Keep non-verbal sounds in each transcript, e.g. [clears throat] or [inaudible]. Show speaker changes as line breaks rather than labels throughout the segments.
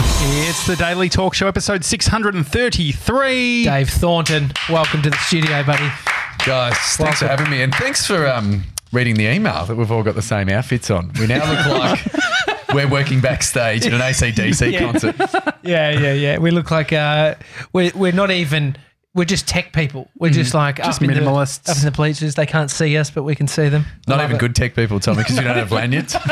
It's the Daily Talk Show, episode 633.
Dave Thornton, welcome to the studio, buddy.
Guys, thanks for having me, and thanks for um, reading the email that we've all got the same outfits on. We now look
[laughs]
like we're working backstage at an ACDC concert.
Yeah, yeah, yeah. We look like uh, we're we're not even. We're just tech people. We're Mm-hmm. just like
Just
up in the-
minimalists.
up in the bleachers. They can't see us, but we can see them.
Not
Love
even
it.
good tech people, Tommy, because you don't have lanyards.
[laughs]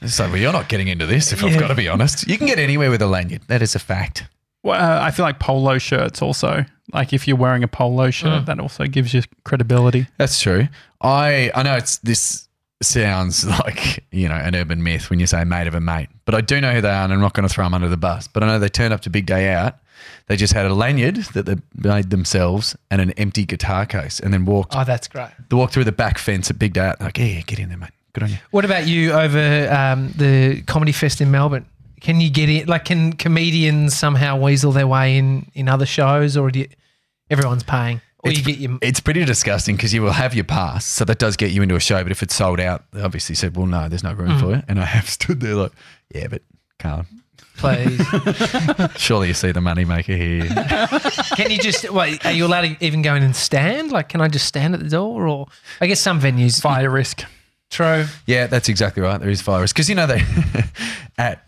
it's like, well, you're not getting into this, if I've got to be honest. You can get anywhere with a lanyard. That is a fact.
Well, uh, I feel like polo shirts also. Like if you're wearing a polo shirt, that also gives you credibility.
That's true. I I know it's this sounds [laughs] like you know an urban myth when you say mate of a mate, but I do know who they are, and I'm not going to throw them under the bus. But I know they turned up to Big Day Out. They just had a lanyard that they made themselves and an empty guitar case, and then walked
Oh, that's great.
they walked through the back fence at Big Day Out. Like, yeah, yeah, get in there, mate. Good on you.
What about you over um, the comedy fest in Melbourne? Can you get in? Like, can comedians somehow weasel their way in in other shows, or do you, everyone's paying, or you get your
It's pretty disgusting because you will have your pass, so that does get you into a show. But if it's sold out, they obviously said, "Well, no, there's no room for you." And I have [laughs] stood there like, "Yeah, but can't.
[laughs] please?
Surely you see the money maker here."
Can you just wait? Are you allowed to even go in and stand? Like, can I just stand at the door? Or I guess some venues.
Fire risk.
True.
Yeah, that's exactly right. There is virus because you know they [laughs] at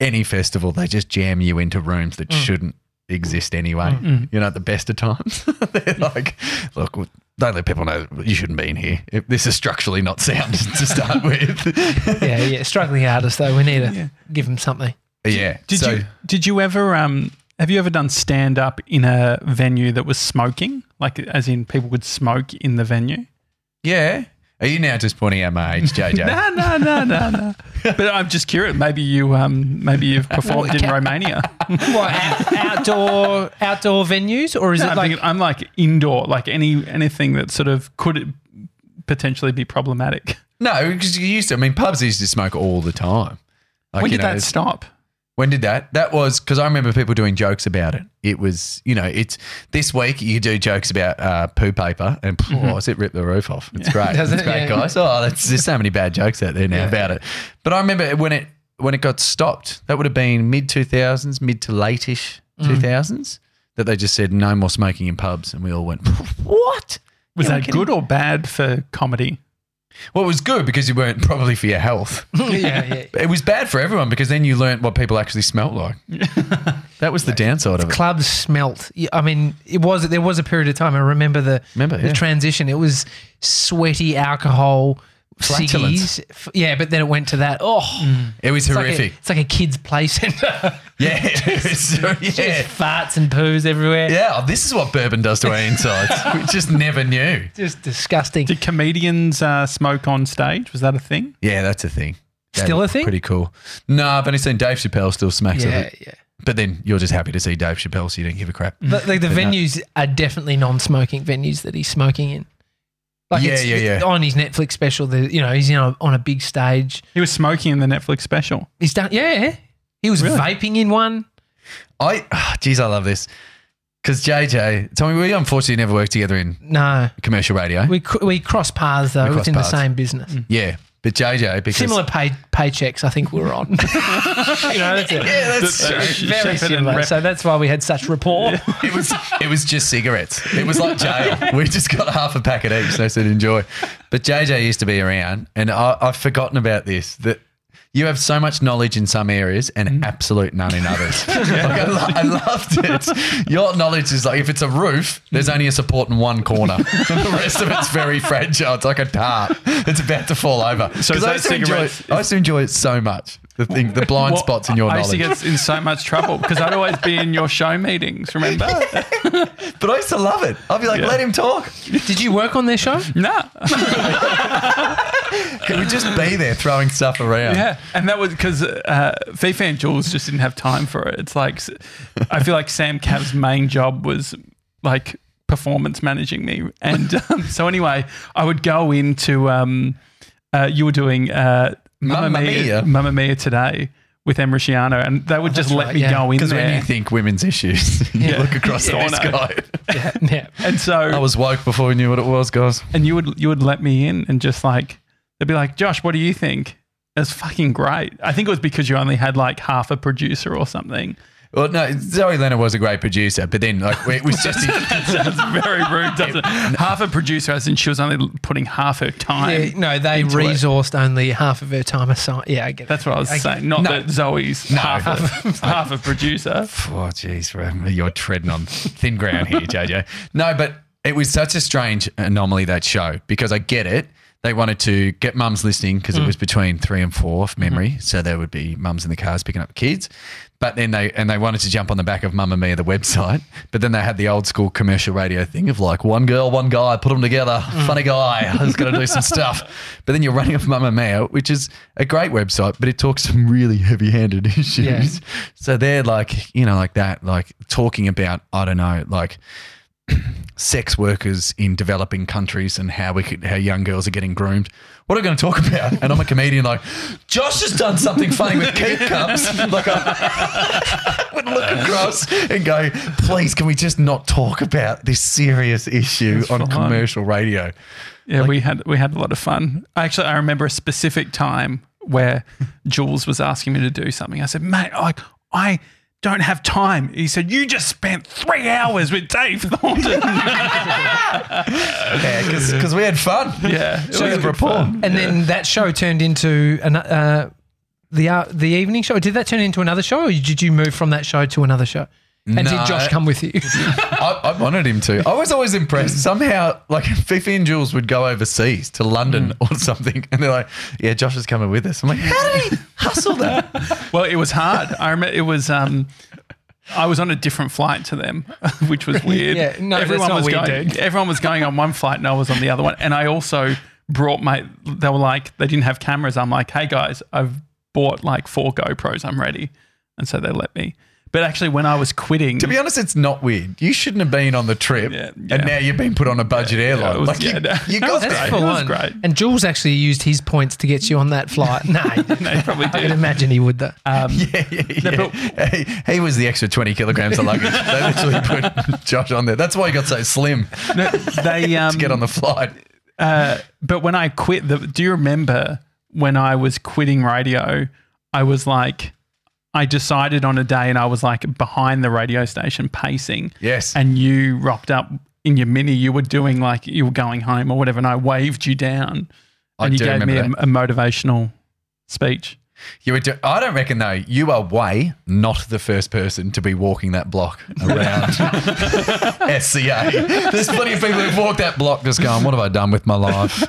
any festival they just jam you into rooms that
Mm.
shouldn't exist anyway. You know, at the best of times, [laughs] they're like, look. Don't let people know you shouldn't be in here. If- This is structurally not sound [laughs]
[laughs]
to start with.
Yeah, yeah. Struggling artists though, we need to give them something.
yeah.
Did
so,
you did you ever um have you ever done stand up in a venue that was smoking? Like as in people would smoke in the venue?
Yeah. Are you now just pointing out my age, JJ?
[laughs] No, no, no, no, no. [laughs] but I'm just curious. Maybe you um maybe you've performed in [laughs] Romania.
What out, outdoor outdoor venues, or is
No,
it
I'm,
like?
thinking- I'm like indoor, like any anything that sort of could potentially be problematic.
No, because you used to. I mean, pubs used to smoke all the time. Like,
when
you
did
know,
that
it's-
stop?
When did that? That was because I remember people doing jokes about it. It was, you know, it's this week you do jokes about uh, poo paper and phew, oh, it ripped the roof off. It's great.
Doesn't
it's
Mm-hmm. it?
great,
Yeah.
guys. Oh, that's, there's so many bad jokes out there now about it. But I remember when it when it got stopped. That would have been mid two thousands, mid to late-ish
Mm.
two thousands. That they just said no more smoking in pubs, and we all went, [laughs] "What?"
Was
You know,
that
can-
good or bad for comedy?
Well, it was good because you weren't [laughs] probably for your
[laughs]
health.
yeah, yeah.
It was bad for everyone because then you learnt what people actually
[laughs]
smelt like. that was the downside of it.
Clubs smelt. Yeah, I mean, it was there was a period of time. I remember the
Remember,
the
yeah.
transition. It was sweaty alcohol,
Flatulence.
ciggies. F- Yeah, but then it went to that. Oh,
It was
it's
horrific.
Like a, it's like a kids' play [laughs] center.
yeah, [laughs] it was- yeah.
Just farts and poos everywhere.
Yeah, oh, this is what bourbon does to our insides. we just never knew.
Just disgusting.
Did comedians uh, smoke on stage? Was that a thing?
Yeah, that's a thing. That
Still a
was
thing?
Pretty cool. No, I've only seen Dave Chappelle still smacks
yeah,
of it.
yeah.
But then you're just happy to see Dave Chappelle, so you don't give a crap.
But like the venues are definitely non-smoking venues that he's smoking in.
Yeah,
it's-
yeah,
it's
yeah.
On his Netflix special, the, you know, he's you know, on a big stage.
He was smoking in the Netflix special.
He's done. Yeah, he was
Really?
vaping in one.
I, oh, geez, I love this. Because JJ, Tommy, we unfortunately never worked together in
No,
commercial radio.
we cr- we cross paths though.
cross
it's in
paths. Mm.
the same business.
yeah, but JJ, because.
Similar pay paychecks, I think we were on. [laughs] you know, that's it.
Yeah, that's
Uh,
true.
Shepherd
Very
and
similar.
Rep-
So that's why we had such rapport.
It was it was just cigarettes. It was like jail. We just got half a packet each. And I said enjoy. But JJ used to be around, and I, I've forgotten about this. That you have so much knowledge in some areas and
Mm.
absolute none in
[laughs]
others. Like, I, lo- I loved it. Your knowledge is like if it's a roof, there's only a support in one corner, [laughs] and the rest of it's very fragile. It's like a dart. It's about to fall over.
So is
'Cause I
that
used to enjoy.
cigarettes-
I used to enjoy it so much. The thing, the blind
Well,
spots in your
I
knowledge.
used to get in so much trouble because I'd always be in your show meetings,
[laughs]
remember?
but I used to love it. I'd be like,
Yeah.
let him talk.
Did you work on their show?
nah.
It would just be there throwing stuff
[laughs]
around.
Yeah, and that was because uh, Fifa and Jules just didn't have time for it. It's like I feel like Sam Cav's main job was like performance managing me, and [laughs] um, so anyway, I would go into um, uh, you were doing uh, Mamma
Mamma
Mia,
Mia. Oh,
Mamma Mia today with Emriciano, and they would just let
right,
me
yeah.
go in
Because when you
there.
think women's issues, [laughs] you
Yeah.
look across
Yeah, I
at this
know.
guy.
Yeah, yeah.
[laughs] and so
I was woke before we knew what it was, guys.
and you would you would let me in and just like they'd be like, Josh, what do you think? It's fucking great. I think it was because you only had like half a producer or something.
Well, no, Zoe Leonard was a great producer, but then like it was
[laughs]
just
Sounds very rude, doesn't [laughs] it? Half a producer, as in she was only putting half her time.
Yeah, no, they
into it.
resourced only half of her time aside. Yeah, I get it.
That's what I was saying. Not that Zoe's half, [laughs] a, half a producer.
Oh, jeez, Ram, you're treading on thin ground here, JJ. No, but it was such a strange anomaly that show because I get it. They wanted to get mums listening because it was between three and four from memory, so there would be mums in the cars picking up kids. But then they and they wanted to jump on the back of Mamma Mia the website, but then they had the old school commercial radio thing of like one girl, one guy, put them together, funny guy, I just got to do some stuff. But then you're running off Mamma Mia, which is a great website, but it talks some really heavy-handed issues. [laughs] So they're like, you know, like that, like talking about, I don't know, like [clears throat] sex workers in developing countries and how we could, how young girls are getting groomed. What are we going to talk about? And I'm a comedian, like Josh has done something funny with keep cups. [laughs] Like I [laughs] would look across and go, please, can we just not talk about this serious issue on
fine. [laughs]
commercial radio?
Yeah, we had we had a lot of fun. Actually, I remember a specific time [laughs] where Jules was asking me to do something. I said, "Mate, like I don't have time." He said, "You just spent three hours with Dave Thornton."
Yeah, because we had fun.
[laughs] [laughs] yeah, it
So
was
the
good
rapport.
fun.
And then that show turned into an, uh, the uh, the evening show. Did that turn into another show, or did you move from that show to another show? And
No.
did Josh
[laughs]
come with you?
I, I wanted him to. I was always impressed. Somehow, like Fifi and Jules would go overseas to London
Mm.
or something, and they're like, "Yeah, Josh is coming with us." I'm like, "How did he hustle that?"
Well, it was hard. I remember it was. Um, I was on a different flight to them, [laughs] which was weird.
Yeah, no, that's not
was
weird,
going.
dude.
Everyone was going on one flight, and I was on the other one. And I also brought my. They were like they didn't have cameras. I'm like, hey guys, I've bought like four GoPros. I'm ready, and so they let me. But actually, when I was quitting,
to be honest, it's not weird. You shouldn't have been on the trip,
Yeah, yeah.
and now you've been put on a budget
[laughs]
airline.
it was-
like, you-
yeah, no.
you,
No,
got
that's
that.
full- It was
one.
great.
And Jules actually used his points to get you on
[laughs]
that flight. no, he didn't.
they probably
I can
did.
imagine he would though.
[laughs]
Uh,
Yeah, yeah, yeah. He, he was the extra 20 kilograms of luggage. They literally put [laughs] Josh on there. That's why he got so slim
No, they um,
to [laughs] get on the flight.
Uh, but when I quit, the, do you remember when I was quitting radio? I was like, I decided on a day, and I was like behind the radio station pacing.
Yes.
And you rocked up in your mini. You were doing like you were going home or whatever, and I waved you down,
I
and you
do
gave me a,
remember
a motivational speech.
You were. Do- I don't reckon though. You are way not the first person to be walking that block around SCA. There's plenty of people who've walked that block just going, "What have I done with my life?"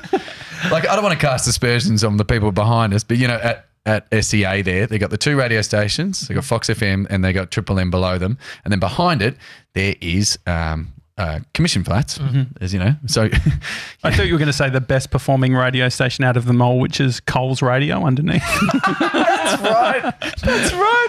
Like I don't want to cast aspersions on the people behind us, but you know, at at SEA there, they got the two radio stations. They got Fox FM and they got Triple M below them, and then behind it there is. Um, uh, commission flats, as you know. So [laughs]
I thought you were going to say the best performing radio station out of them all, which is Coles Radio underneath.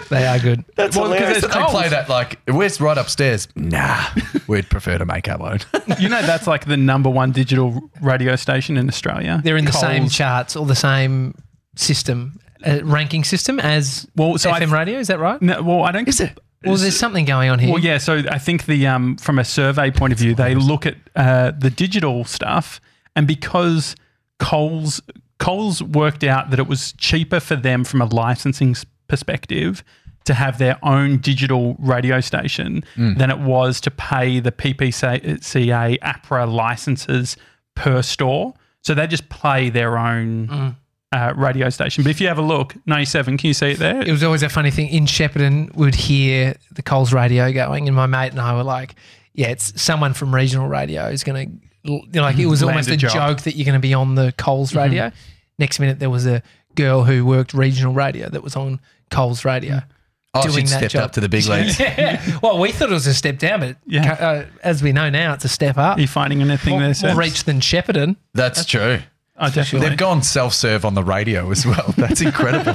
They are good.
[laughs] that's
Well, 'cause hilarious. it's
They
Coles.
play that like we're right upstairs. Nah, we'd prefer to make our own.
you know, that's like the number one digital radio station in Australia.
They're in the same
Coles.
charts or the same system, uh, ranking system as
Well, so I-
FM radio. Is that right?
No, well, I don't. Is
it?
Well, there's something going on here.
Well, yeah. So I think the um, from a survey point of view, they look at uh, the digital stuff, and because Coles Coles worked out that it was cheaper for them from a licensing s- perspective to have their own digital radio station than it was to pay the PPCA APRA licenses per store. So they just play their own. Uh, radio station, but if you have a look, ninety-seven. Can you see it there?
It was always a funny thing. In Shepparton, we'd hear the Coles radio going, and my mate and I were like, yeah, it's someone from regional radio is going to, you know, like it was
Land
almost
a
a
job.
joke that you're going to be on the Coles radio. Next minute, there was a girl who worked regional radio that was on Coles radio.
Oh,
doing
she'd
that
stepped
job.
up to the
[laughs]
big leagues.
well, we thought it was a step down, but
Yeah.
uh, as we know now, it's a step up.
Are you finding anything
More,
there?
more
Sebs?
reach than Shepparton.
That's true.
Oh, definitely.
They've gone self serve on the radio as well. [laughs] That's incredible.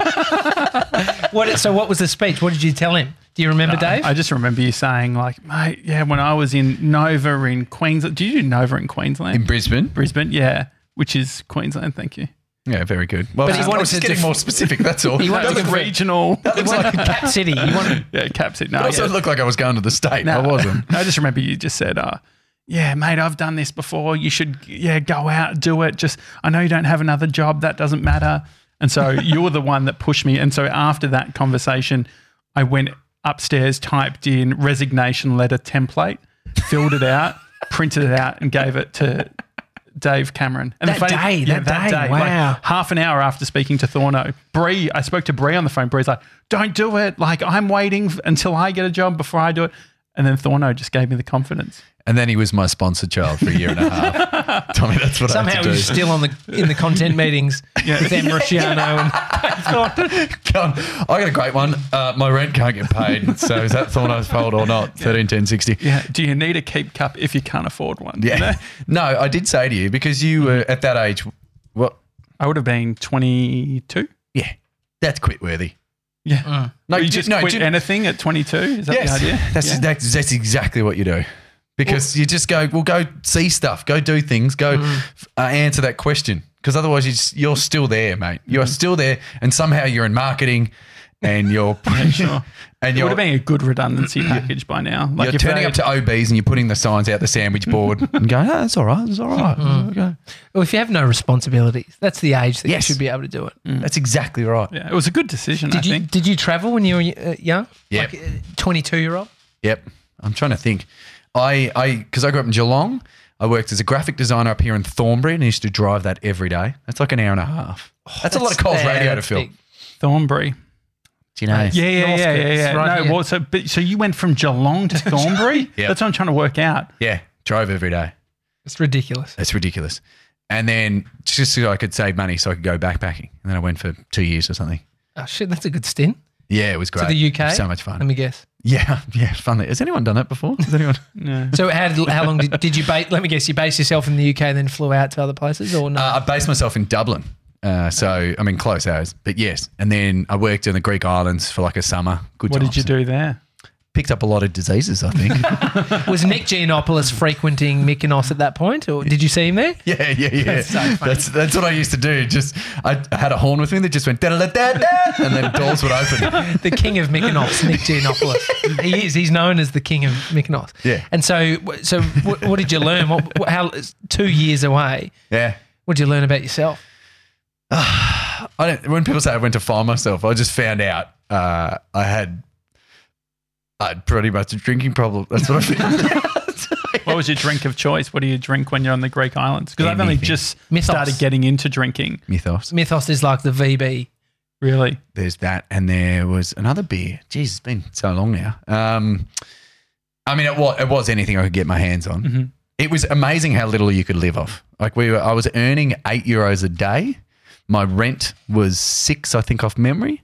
What, so, what was the speech? What did you tell him? Do you remember, Dave?
I just remember you saying, like, mate, yeah, when I was in Nova in Queensland. Do you do Nova in Queensland?
In Brisbane?
Brisbane, yeah, which is Queensland. Thank you.
Yeah, very good. Well,
But he
I
wanted
was just
to
getting
def-
more specific, that's
[laughs]
all.
He wanted
That
to
looked-
conf-
Regional.
looks like
Cap City. You wanted,
[laughs] yeah, caps it. No,
[laughs] I also
yeah.
looked like I was going to the state. I wasn't.
No, [laughs] I just remember you just said, uh, yeah, mate, I've done this before. You should, yeah, go out, do it. Just, I know you don't have another job. That doesn't
[laughs]
matter. And so you were the one that pushed me. And so after that conversation, I went upstairs typed in resignation letter template, filled it out, [laughs] printed it out, and gave it to Dave Cameron. And
That day, that day,
like,
wow.
half an hour after speaking to Thorno, Bree, I spoke to Bree on the phone. Bree's like, "Don't do it. Like I'm waiting f- until I get a job before I do it." And then Thorno just gave me the confidence.
And then he was my sponsored child for a year and
[laughs]
a half. Tommy, that's what I
Somehow
had to
you're
do. [laughs]
still on the in the content meetings with Ambrosiano and
God, I got a great one. Uh, my rent can't
[laughs]
get paid. So is that Thorno's fault or not? Thirteen ten sixty.
Yeah. Do you need a keep cup if you can't afford one? You know?
Yeah. No, I did say to you because you were
Mm-hmm.
at that age. Well,
I would have been 22.
yeah, that's quit worthy.
Yeah.
No,
you
do-
just
no,
quit
do-
anything at 22? Is that
Yes,
the idea?
that's,
Yeah.
that's that's exactly what you do. Because you just go, well, go see stuff, go do things, go
Mm-hmm.
uh, answer that question. Because otherwise, you just, you're still there, mate. You're
Mm-hmm.
still there, and somehow you're in marketing,
[laughs]
and you're
sure.
[laughs] and
It
you're
would have been a good redundancy package by now. Like
you're
if
turning
they-
up to OBs and you're putting the signs out the sandwich board
[laughs]
and going, oh, that's all right, that's all right.
Mm-hmm.
Okay.
well, if you have no responsibilities, that's the age that
Yes. Mm,
you should be able to do it.
That's exactly right.
Mm. yeah, it was a good decision. I
Did you
think
did you travel when you were uh, young?
Yeah.
Like twenty two year old.
Yep. I'm trying to think. I I because I grew up in Geelong. I worked as a graphic designer up here in Thornbury and I used to drive that every day. That's like an hour and a half. that's, a lot of Coles
yeah,
radio to
that's
fill.
big.
Thornbury.
Do you know?
Yeah, yeah,
Northcote,
yeah, yeah,
it's
yeah.
right
no,
here.
well, so but, so you went from Geelong [laughs] to Thornbury.
Yeah.
That's what I'm trying to work out.
Yeah. Drove every day.
It's ridiculous.
That's ridiculous. And then just so I could save money so I could go backpacking. And then I went for two years or something.
Oh shit, that's a good stint.
Yeah, it was great.
the UK?
So much fun.
Let me guess.
yeah, yeah, fun. Has anyone done it before? Has [laughs] anyone?
Yeah.
So how did, how long did, did you base? Let me guess. You based yourself in the UK, and then flew out to other places, or no?
Uh, I based myself in Dublin. Uh, so, I mean, close hours, but yes. And then I worked in the Greek islands for like a summer. Good
What did
times.
you do there?
Picked up a lot of diseases, I think. Uh,
Was Nick Giannopoulos frequenting Mykonos at that point, or did you see him there?
[laughs] yeah, yeah, yeah. That's,
so funny.
that's what I used to do. Just I had a horn with me that just went da da da da, and then doors would [laughs] open.
The king of
[laughs]
Mykonos, Nick Giannopoulos. He is. He's known as the king of Mykonos.
Yeah.
And so, so what, what did you learn? What, what, how two years away?
Yeah.
What did you learn about yourself?
I don't, when people say I went to find myself, I just found out uh, I had I had pretty much a drinking problem. That's what I found.
What was your drink of choice? What do you drink when you're on the Greek islands? Because I've only
Anything.
just
Mythos.
started getting into drinking.
[laughs] Mythos.
Mythos is like the VB.
Really,
there's that, and there was another beer. Jeez, it's been so long now. Um, I mean, it was it was anything I could get my hands on.
Mm-hmm.
It was amazing how little you could live off. Like we were, I was earning eight euros a day. My rent was six, I think, off memory.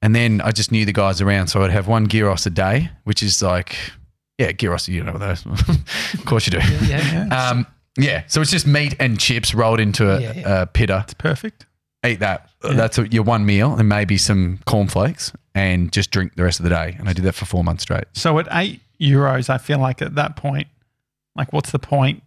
And then I just knew the guys around, so I'd have one gyros a day, which is like, yeah, gyros. You know those, [laughs] of course you do.
Yeah.
Um, yeah, so it's just meat and chips rolled into a,
Yeah, yeah.
a pitta
perfect.
eat that. That's your one meal and maybe some cornflakes and just drink the rest of the day. And I did that for four months straight.
So at eight euros, I feel like at that point, like what's the point?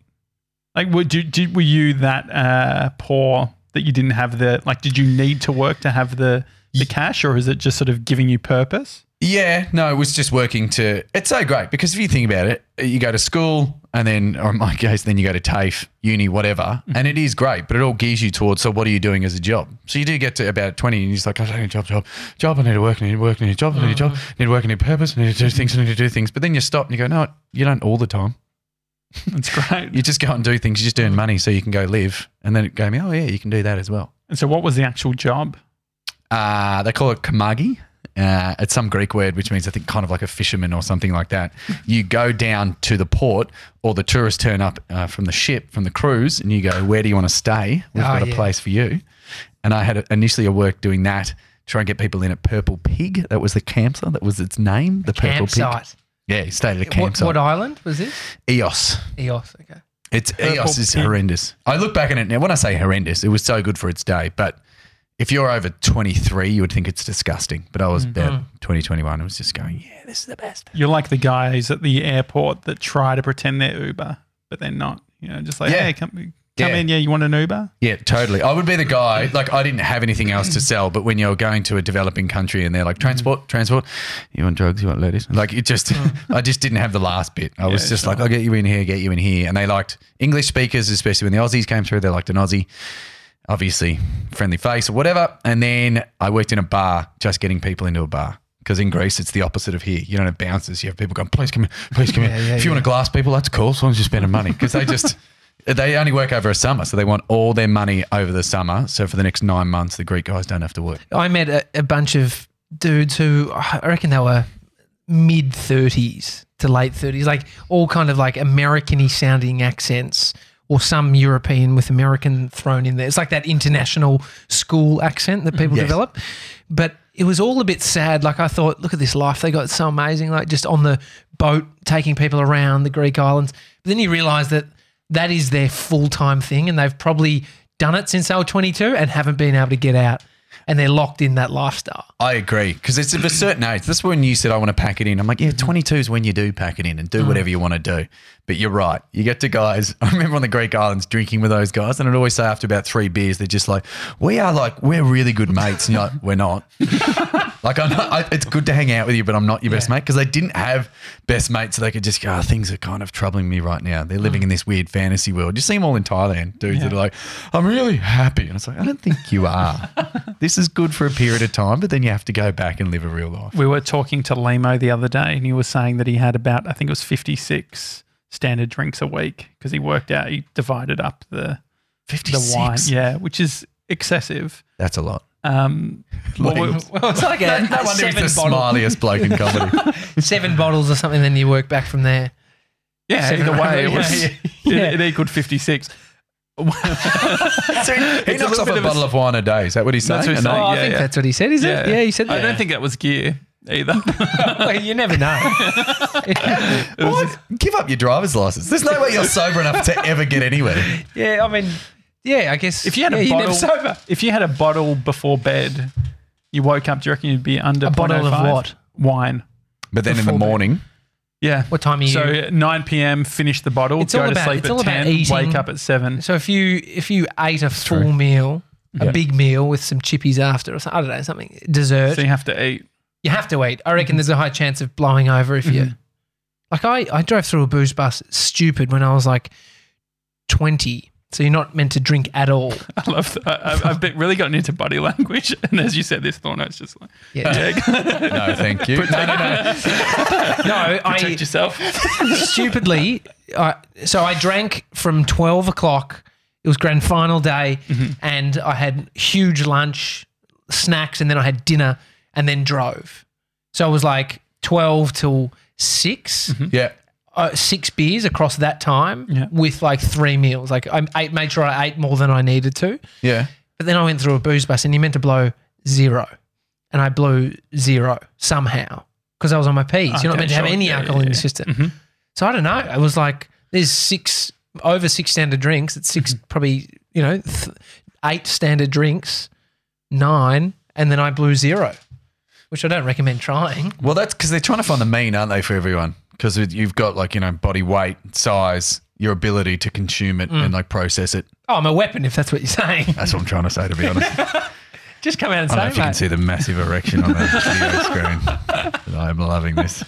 Like, would you did, were you that uh, poor that you didn't have the like? Did you need to work to have the the cash, or is it just sort of giving you purpose?
Yeah, no, it was just working to. It's so great because if you think about it, you go to school and then, or in my [laughs] case, then you go to TAFE, uni, whatever, and it is great, but it all gears you towards. So, what are you doing as a job? So, you do get to about 20 and you're just like, I need a job, job, job, I need to work, I need to work, I need a job, I need a job, I need to work, I need purpose, I need to do things, I need to do things. But then you stop and you go, no, you don't all the time.
That's [laughs] great.
You just go and do things, you just earn money so you can go live. And then it gave me, oh, yeah, you can do that as well.
And so, what was the actual job?
Uh, they call it kamagi. Uh, it's some Greek word which means I think kind of like a fisherman or something like that. You go down to the port, or the tourists turn up uh, from the ship, from the cruise, and you go, "Where do you want to stay? We've
Oh,
got a
yeah.
place for you." And I had a, initially a work doing that, trying to get people in at Purple Pig. That was the campsite. That was its name, the Purple Pig.
Campsite.
Yeah, you stayed at a
What,
campsite.
what island was this?
EOS.
Eos. Okay.
It's EOS is
Pig.
horrendous. I look back at it now. When I say horrendous, it was so good for its day. But if you're over 23, you would think it's disgusting. But I was
Mm-hmm.
about 20, 21. I was just going, yeah, this is the best.
You're like the guys at the airport that try to pretend they're Uber, but they're not. You know, just like
Yeah.
hey, come come
Yeah.
in, yeah, you want an Uber?
Yeah, totally. I would be the guy. Like, I didn't have anything else to sell. But when you're going to a developing country and they're
Mm-hmm.
like, transport, transport, you want drugs, you want ladies. Like, it just, [laughs] I just didn't have the last bit. I
Mm.
was
Yeah,
just
sure.
like, I'll get you in here, get you in here. And they liked English speakers, especially when the Aussies came through. They liked an Aussie. obviously friendly face or whatever. And then I worked in a bar, just getting people into a bar. Because in Greece, it's the opposite of here. You don't have bouncers. You have people going, please come in, please come in.
Yeah, yeah,
if you want to glass people, that's cool. As long as you're spending money. Because they just, [laughs] they only work over a summer. So they want all their money over the summer. So for the next nine months, the Greek guys don't have to work.
I met a, a bunch of dudes who I reckon they were mid thirties to late thirties, like all kind of like American-y sounding accents, or some European with American thrown in there. It's like that international school accent that people
Yes.
develop, but. It was all a bit sad. Like I thought, look at this life they got, it's so amazing. Like just on the boat, taking people around the Greek islands. But then you realise that that is their full time thing, and they've probably done it since they were twenty two and haven't been able to get out, and they're locked in that lifestyle. [laughs]
I agree because it's of a certain age. That's when you said I want to pack it in. I'm like, yeah, 22 is when you do pack it in and do whatever you want to do. But you're right. You get to guys. [laughs] I remember on the Greek islands drinking with those guys, and I'd always say after about three beers, they're just like, we are like we're really good mates, and you're like, we're not. like I'm not, I, it's good to hang out with you, but I'm not your best mate because they didn't have best mates, so they could just go. "Oh, things are kind of troubling me right now. They're
Mm.
living in this weird fantasy world. You see them all in Thailand, dudes that are like, I'm really happy, and it's like I don't think
[laughs]
you are. this is good for a period of time, but then you have to go back and live a real life.
We were talking to Limo the other day, and he was saying that he had about, I think it was 56 standard drinks a week because he worked out, he divided up the, the wine.
56?
Yeah, which is excessive.
That's a lot.
Um, well, we-
Like-
Well, it's like a,
No wonder he's
seven,
the
bottle,
smiliest bloke in
[laughs]
comedy.
seven bottles or something, then you work back from there.
[laughs] yeah,
Seven
either way, it,
rounds.
was,
Yeah,
[laughs] It, it equaled 56.
So he knocks
little
off
bit
a
of a-
bottle of wine a day. Is that what he's saying?
That's what he's
And
saying.
Oh, I
yeah,
think
yeah.
that's what he said, is it? Yeah, he said that.
I don't think that was gear either.
Well, you never know.
[laughs]
they- What? Give up your driver's license. There's no way you're sober enough to ever get anywhere.
yeah, I mean, yeah, I guess.
If you had
yeah,
a
you're never
bottle,
sober.
if you had a bottle before bed, you woke up. Do you reckon you'd be under
A bottle of
0.05?
what?
Wine.
But then in the
Before bed.
morning,
Yeah.
What time are you?
So
So,
uh, 9 p.m. Finish the bottle.
It's
go
all
to
about-
sleep
it's
at
all about
10.
eating.
Wake up at 7.
if you if you ate a full
true.
meal, a
Yeah.
big meal with some chippies after, or something, I don't know, something dessert,
So you have to eat. [laughs]
you have to eat. I reckon there's a high chance of blowing over if you. Like I, I drove through a booze bus stupid when I was like twenty. So you're not meant to drink
[laughs]
at all.
I love that. I, I've, I've been, really gotten into body [laughs] language. And as you said this, thought, it's just like,
Yeah.
no, thank you. No, no,
[laughs]
no.
no, I
protect yourself.
[laughs] stupidly. I, so I drank from twelve o'clock. It was grand final day, and I had huge lunch, snacks, and then I had dinner, and then drove. So it was like twelve till 6
Yeah.
uh, six beers across that time
Yeah.
with like three meals. Like I ate, made sure I ate more than I needed to.
Yeah.
But then I went through a booze bus, and you meant to blow zero, and I blew zero somehow because I was on my P's. You're
Okay,
not meant to have
sure.
any
Yeah,
alcohol
yeah,
in the
yeah.
system.
Mm-hmm.
So I don't know. It was like there's six over six standard drinks. It's 6
Mm-hmm.
probably you know th- eight standard drinks, nine, and then I blew zero, which I don't recommend trying.
Well, that's because they're trying to find the mean, aren't they, for everyone? Because you've got like, you know, body weight, size, your ability to consume
Hmm.
it and like process it.
Oh, I'm a weapon if that's what you're saying. [laughs]
That's what I'm trying to say, to be honest. I
Just come out and
don't know
say
if you can
mate.
see the massive erection on the video screen. But I'm loving this.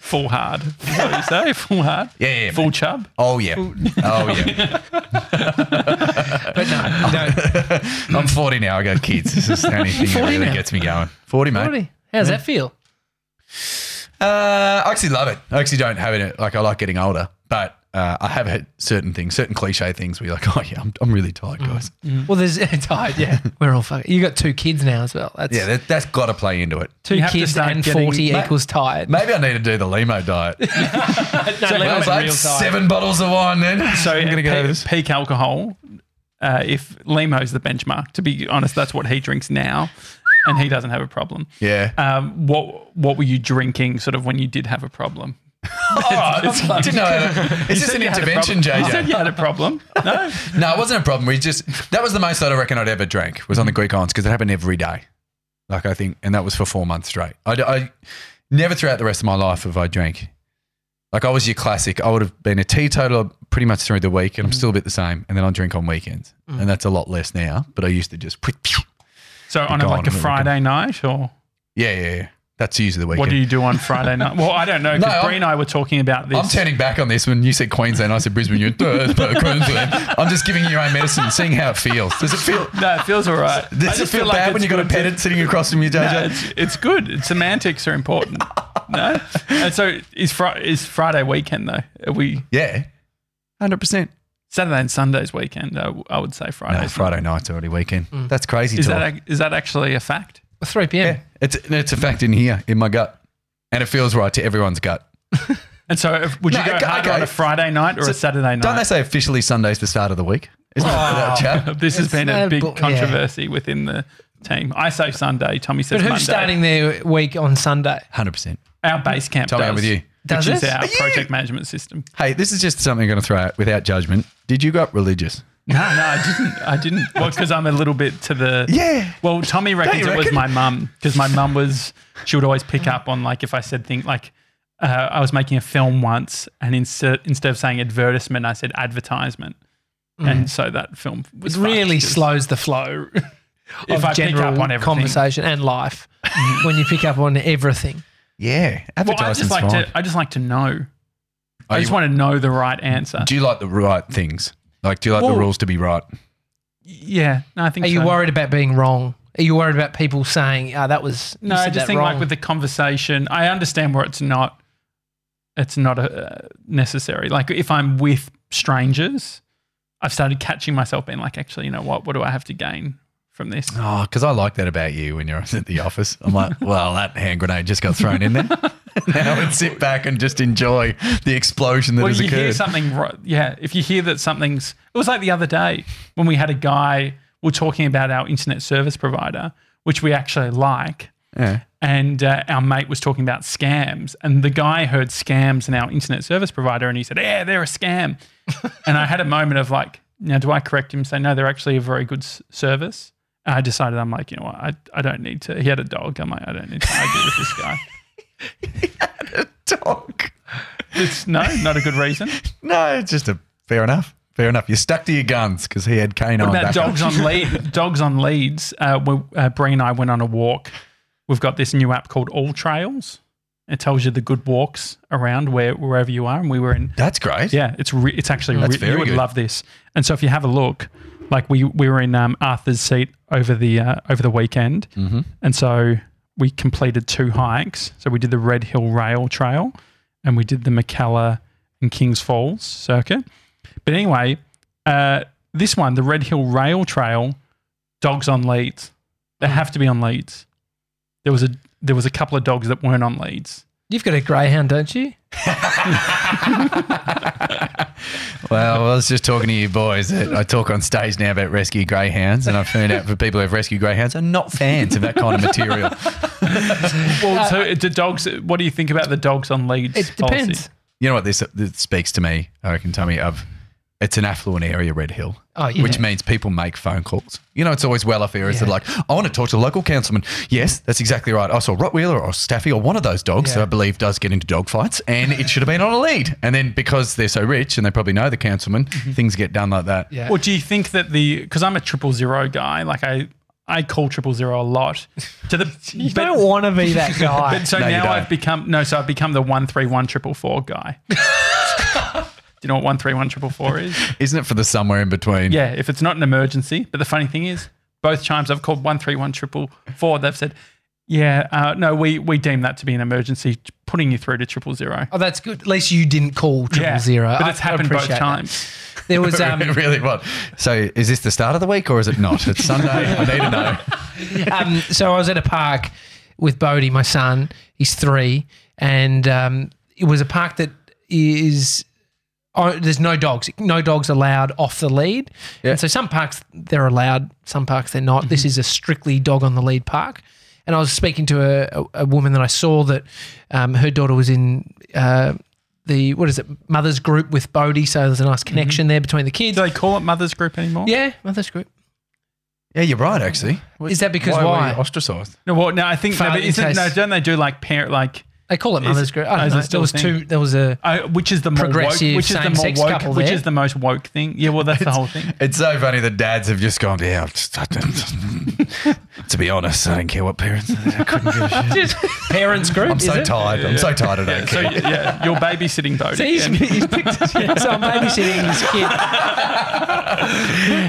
Full hard. Is that what you say? Full hard?
Yeah, yeah, yeah.
Full chub?
Oh, yeah. Oh, yeah.
[laughs] But no, no.
[laughs] I'm 40 now. I got kids. This is the only thing that
40
really
now.
gets me going. 40, mate.
Really? How does that feel?
Uh, I actually love it. I actually don't have it. Like I like getting older, but uh, I have had certain things, certain cliche things where you're like, [laughs] oh yeah, I'm, I'm really tired, guys.
Mm,
Well, there's [laughs] tired. Yeah,
[laughs]
we're all fucking. You got two kids now as well. That's
Yeah, that, that's got to play into it.
two
You have to
kids
start
and
getting-
forty
Ma-
equals tired.
Maybe I need to do the limo diet.
[laughs]
no,
I was like seven bottles of wine then.
So
I'm gonna
peak,
go over this.
peak alcohol. Uh, if Limo's the benchmark, to be honest, that's what he drinks now, and he doesn't have a problem.
Yeah.
Um, what What were you drinking, sort of, when you did have a problem?
oh, I didn't know. that. It's just
said
an
you had a
intervention,
problem. You
JJ.
said you had a
[laughs]
problem. No,
No, it wasn't a problem. We just that was the most that I reckon I'd ever drank was on the Greek Islands because it happened every day. Like I think, and that was for four months straight. I, I never throughout the rest of my life have I drank. Like I was your classic. I would have been a teetotaler pretty much through the week, and
Mm-hmm.
I'm still a bit the same. And then I drink on weekends,
Mm.
and that's a lot less now. But I used to just,
so on a,
Gone
like a
on a
Friday night, or
yeah, yeah, yeah. That's usually the weekend.
What do you do on Friday night? Well, I don't know because
No,
Bree and I were talking about this.
I'm turning back on this when you said Queensland, I said Brisbane. You're "Duh,
[laughs]
but Queensland. I'm just giving you your own medicine, and seeing how it feels. Does it feel?
no, it feels all right. I
[laughs] Does it
just
feel, bad
it's
when you got a
good to- [laughs]
pedant sitting across from you, JJ?
No, it's, it's good. It's semantics are important. No, and so is Friday. Is Friday weekend though? Are we
yeah, hundred percent.
Saturday and Sunday's weekend? I, w- I would say Friday.
No, Friday night's already weekend. That's crazy.
Is
talk.
that ac- is that actually a fact?
3 p.m.
yeah, it's it's a fact in here, in my gut, and it feels right to everyone's gut.
And so, if, would you
No,
go
okay,
harder
okay.
on a Friday night or a Saturday night?
Don't they say officially Sunday's the start of the week? Isn't that, that chat?
this has been a
no
big
bu- yeah.
controversy within the team. I say Sunday. Tommy says
But who's
Monday.
starting their week on Sunday?
Hundred percent.
Our base camp
Tommy,
does.
I'm with you.
Does
which is
it?
our
Are
project management system.
Hey, this is just something I'm going to throw out without judgment. Did you got religious?
No, no, I didn't. I
[laughs]
didn't. Well, because I'm a little bit to the.
Yeah.
Well, Tommy reckons
you
it was
reckon?
my mum because my mum was. She would always pick up on like if I said things like. Uh, I was making a film once, and insert, instead of saying advertisement, I said advertisement, and so that film was
It
fucked
Mm. really
'cause
slows the flow [laughs]
If
of
I pick
general
up on everything,
conversation
[laughs]
and life when you pick up on everything.
well,
Yeah,
I
advertisement's
just like
fine.
to. I just like to know.
Oh,
I
you
just want to know the right answer.
Do you like the right things? Like, do you like
Well-
the rules to be right?
yeah, no, I think.
Are you
so.
worried about being wrong? Are you worried about people saying, "Ah, that was you
No, I
said
just
that
think
wrong.
like with the conversation, I understand where it's not, it's not uh, necessary. Like if I'm with strangers, I've started catching myself being like, actually, you know what? What do I have to gain from this?
Oh, because I like that about you when you're [laughs] at the office. I'm like, well, that hand grenade just got thrown in there. [laughs] now I would sit back and just enjoy the explosion that
Well,
has
you hear
occurred.
something, ro- yeah. If you hear that something's, it was like the other day when we had a guy, we we're talking about our internet service provider, which we actually like.
yeah.
and uh, our mate was talking about scams and the guy heard scams in our internet service provider and he said yeah they're a scam and i had a moment of like now do i correct him and say no they're actually a very good s- service and i decided i'm like you know what I, I don't need to he had a dog i'm like i don't need to argue with this guy
Talk.
it's no not a good reason
No, it's just a fair enough. Fair enough. You're stuck to your guns because he had canine
What about
backup.
dogs on lead dogs on leads uh, we, uh, Bree and i went on a walk we've got this new app called all trails it tells you the good walks around where wherever you are and we were in
That's great.
Yeah, it's re- it's actually
That's
re- you
very
would
good.
love this. And so if you have a look, like we we were in um, Arthur's seat over the uh, over the weekend,
Mm-hmm.
and so we completed two hikes. So we did the Red Hill Rail Trail, and we did the McKellar and Kings Falls circuit. But anyway, uh, this one, the Red Hill Rail Trail, dogs on leads. They
Mm.
have to be on leads. There was a there was a couple of dogs that weren't on leads.
You've got a greyhound, don't you?
Well, I was just talking to you boys. that I talk on stage now about rescue greyhounds, and I've found out for people who have rescue greyhounds are not fans of that kind of material.
Well, so do dogs. What do you think about the dogs on leads?
It
policy?
depends.
you know what this, this speaks to me i reckon tommy of it's an affluent area red hill
Oh, yeah.
which means people make phone calls you know it's always well-off areas that are
Yeah.
like i want to talk to the local councilman yes that's exactly right i saw rottweiler or staffy or one of those dogs that
Yeah.
i believe does get into dog fights and it should have been on a lead and then because they're so rich and they probably know the councilman things get done like that
Mm-hmm. Yeah.
Well, do you think that the because I'm a triple zero guy, like I I call triple zero a lot. To the
[laughs] You don't want
[laughs]
to be that guy.
but so
No, you
now
don't.
I've become no, so I've become the one three one triple four guy. [laughs] do you know what one three one triple four is?
isn't it for the somewhere in between [laughs]
Yeah, if it's not an emergency. But the funny thing is, both times I've called one three one triple four, they've said, yeah, uh, no, we we deem that to be an emergency, putting you through to triple zero.
oh, that's good. At least you didn't call triple
Yeah,
zero.
but
I-
it's
I
happened both
appreciate that.
times.
There
[laughs]
was um,
it really was. So, is this the start of the week or is it not? It's Sunday. I need to
[laughs]
know.
um, so I was at a park with Bodie, my son. He's three, and um, it was a park that is. Oh, there's no dogs. No dogs allowed off the lead.
Yeah. Mm-hmm.
And so some parks they're allowed, some parks they're not. This is a strictly dog on the lead park. And I was speaking to a, a, a woman that I saw that um, her daughter was in uh, the what is it mothers group with Bodie. So there's a nice
Mm-hmm.
connection there between the kids.
Do they call it mothers group anymore?
yeah, mothers group.
Yeah, you're right, actually.
Is that because
why? were
why?
you ostracised?
No, well, no, I think no,
Father
but isn't,
in
no,
case-
don't they do like parent like
They call it Mother's Group.
is
I don't
it
know. There
still
was
a thing?
two. There was a.
I, which is the more woke,
Progressive
which is the more
same-sex
woke,
couple
which
there.
is the most woke thing. Yeah, well, that's the whole
[laughs]
thing.
It's so funny the dads have just gone, yeah, I'm just- I don't- [laughs] to be honest, I don't care what parents I couldn't give a shit.
[laughs] parents group.
I'm
is
so
it?
tired. I'm so
[laughs]
tired. I don't
So
care.
yeah, you're babysitting Bodhi.
So he's,
and-
he's picked,
[laughs]
so I'm babysitting this kid. [laughs]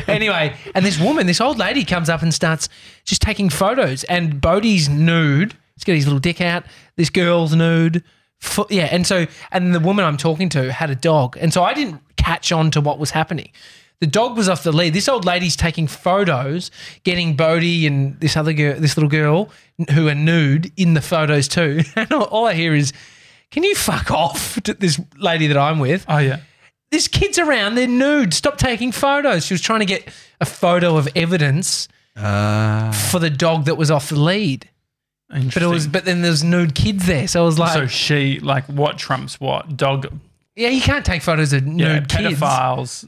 anyway, and this woman, this old lady, comes up and starts just taking photos. And Bodie's nude. He's got his little dick out. This girl's nude. Fo- yeah, and so and the woman I'm talking to had a dog, and so I didn't catch on to what was happening. The dog was off the lead. This old lady's taking photos, getting Bodie and this other girl, this little girl who are nude in the photos too. [laughs] And all- all I hear is, "Can you fuck off?" To this lady that I'm with.
oh yeah.
There's kids around. They're nude. Stop taking photos. She was trying to get a photo of evidence
Uh,
for the dog that was off the lead. But it was. But then there's nude kids there. So I was like,
so she like what trumps what dog
yeah, you can't take photos of nude
yeah,
kids.
pedophiles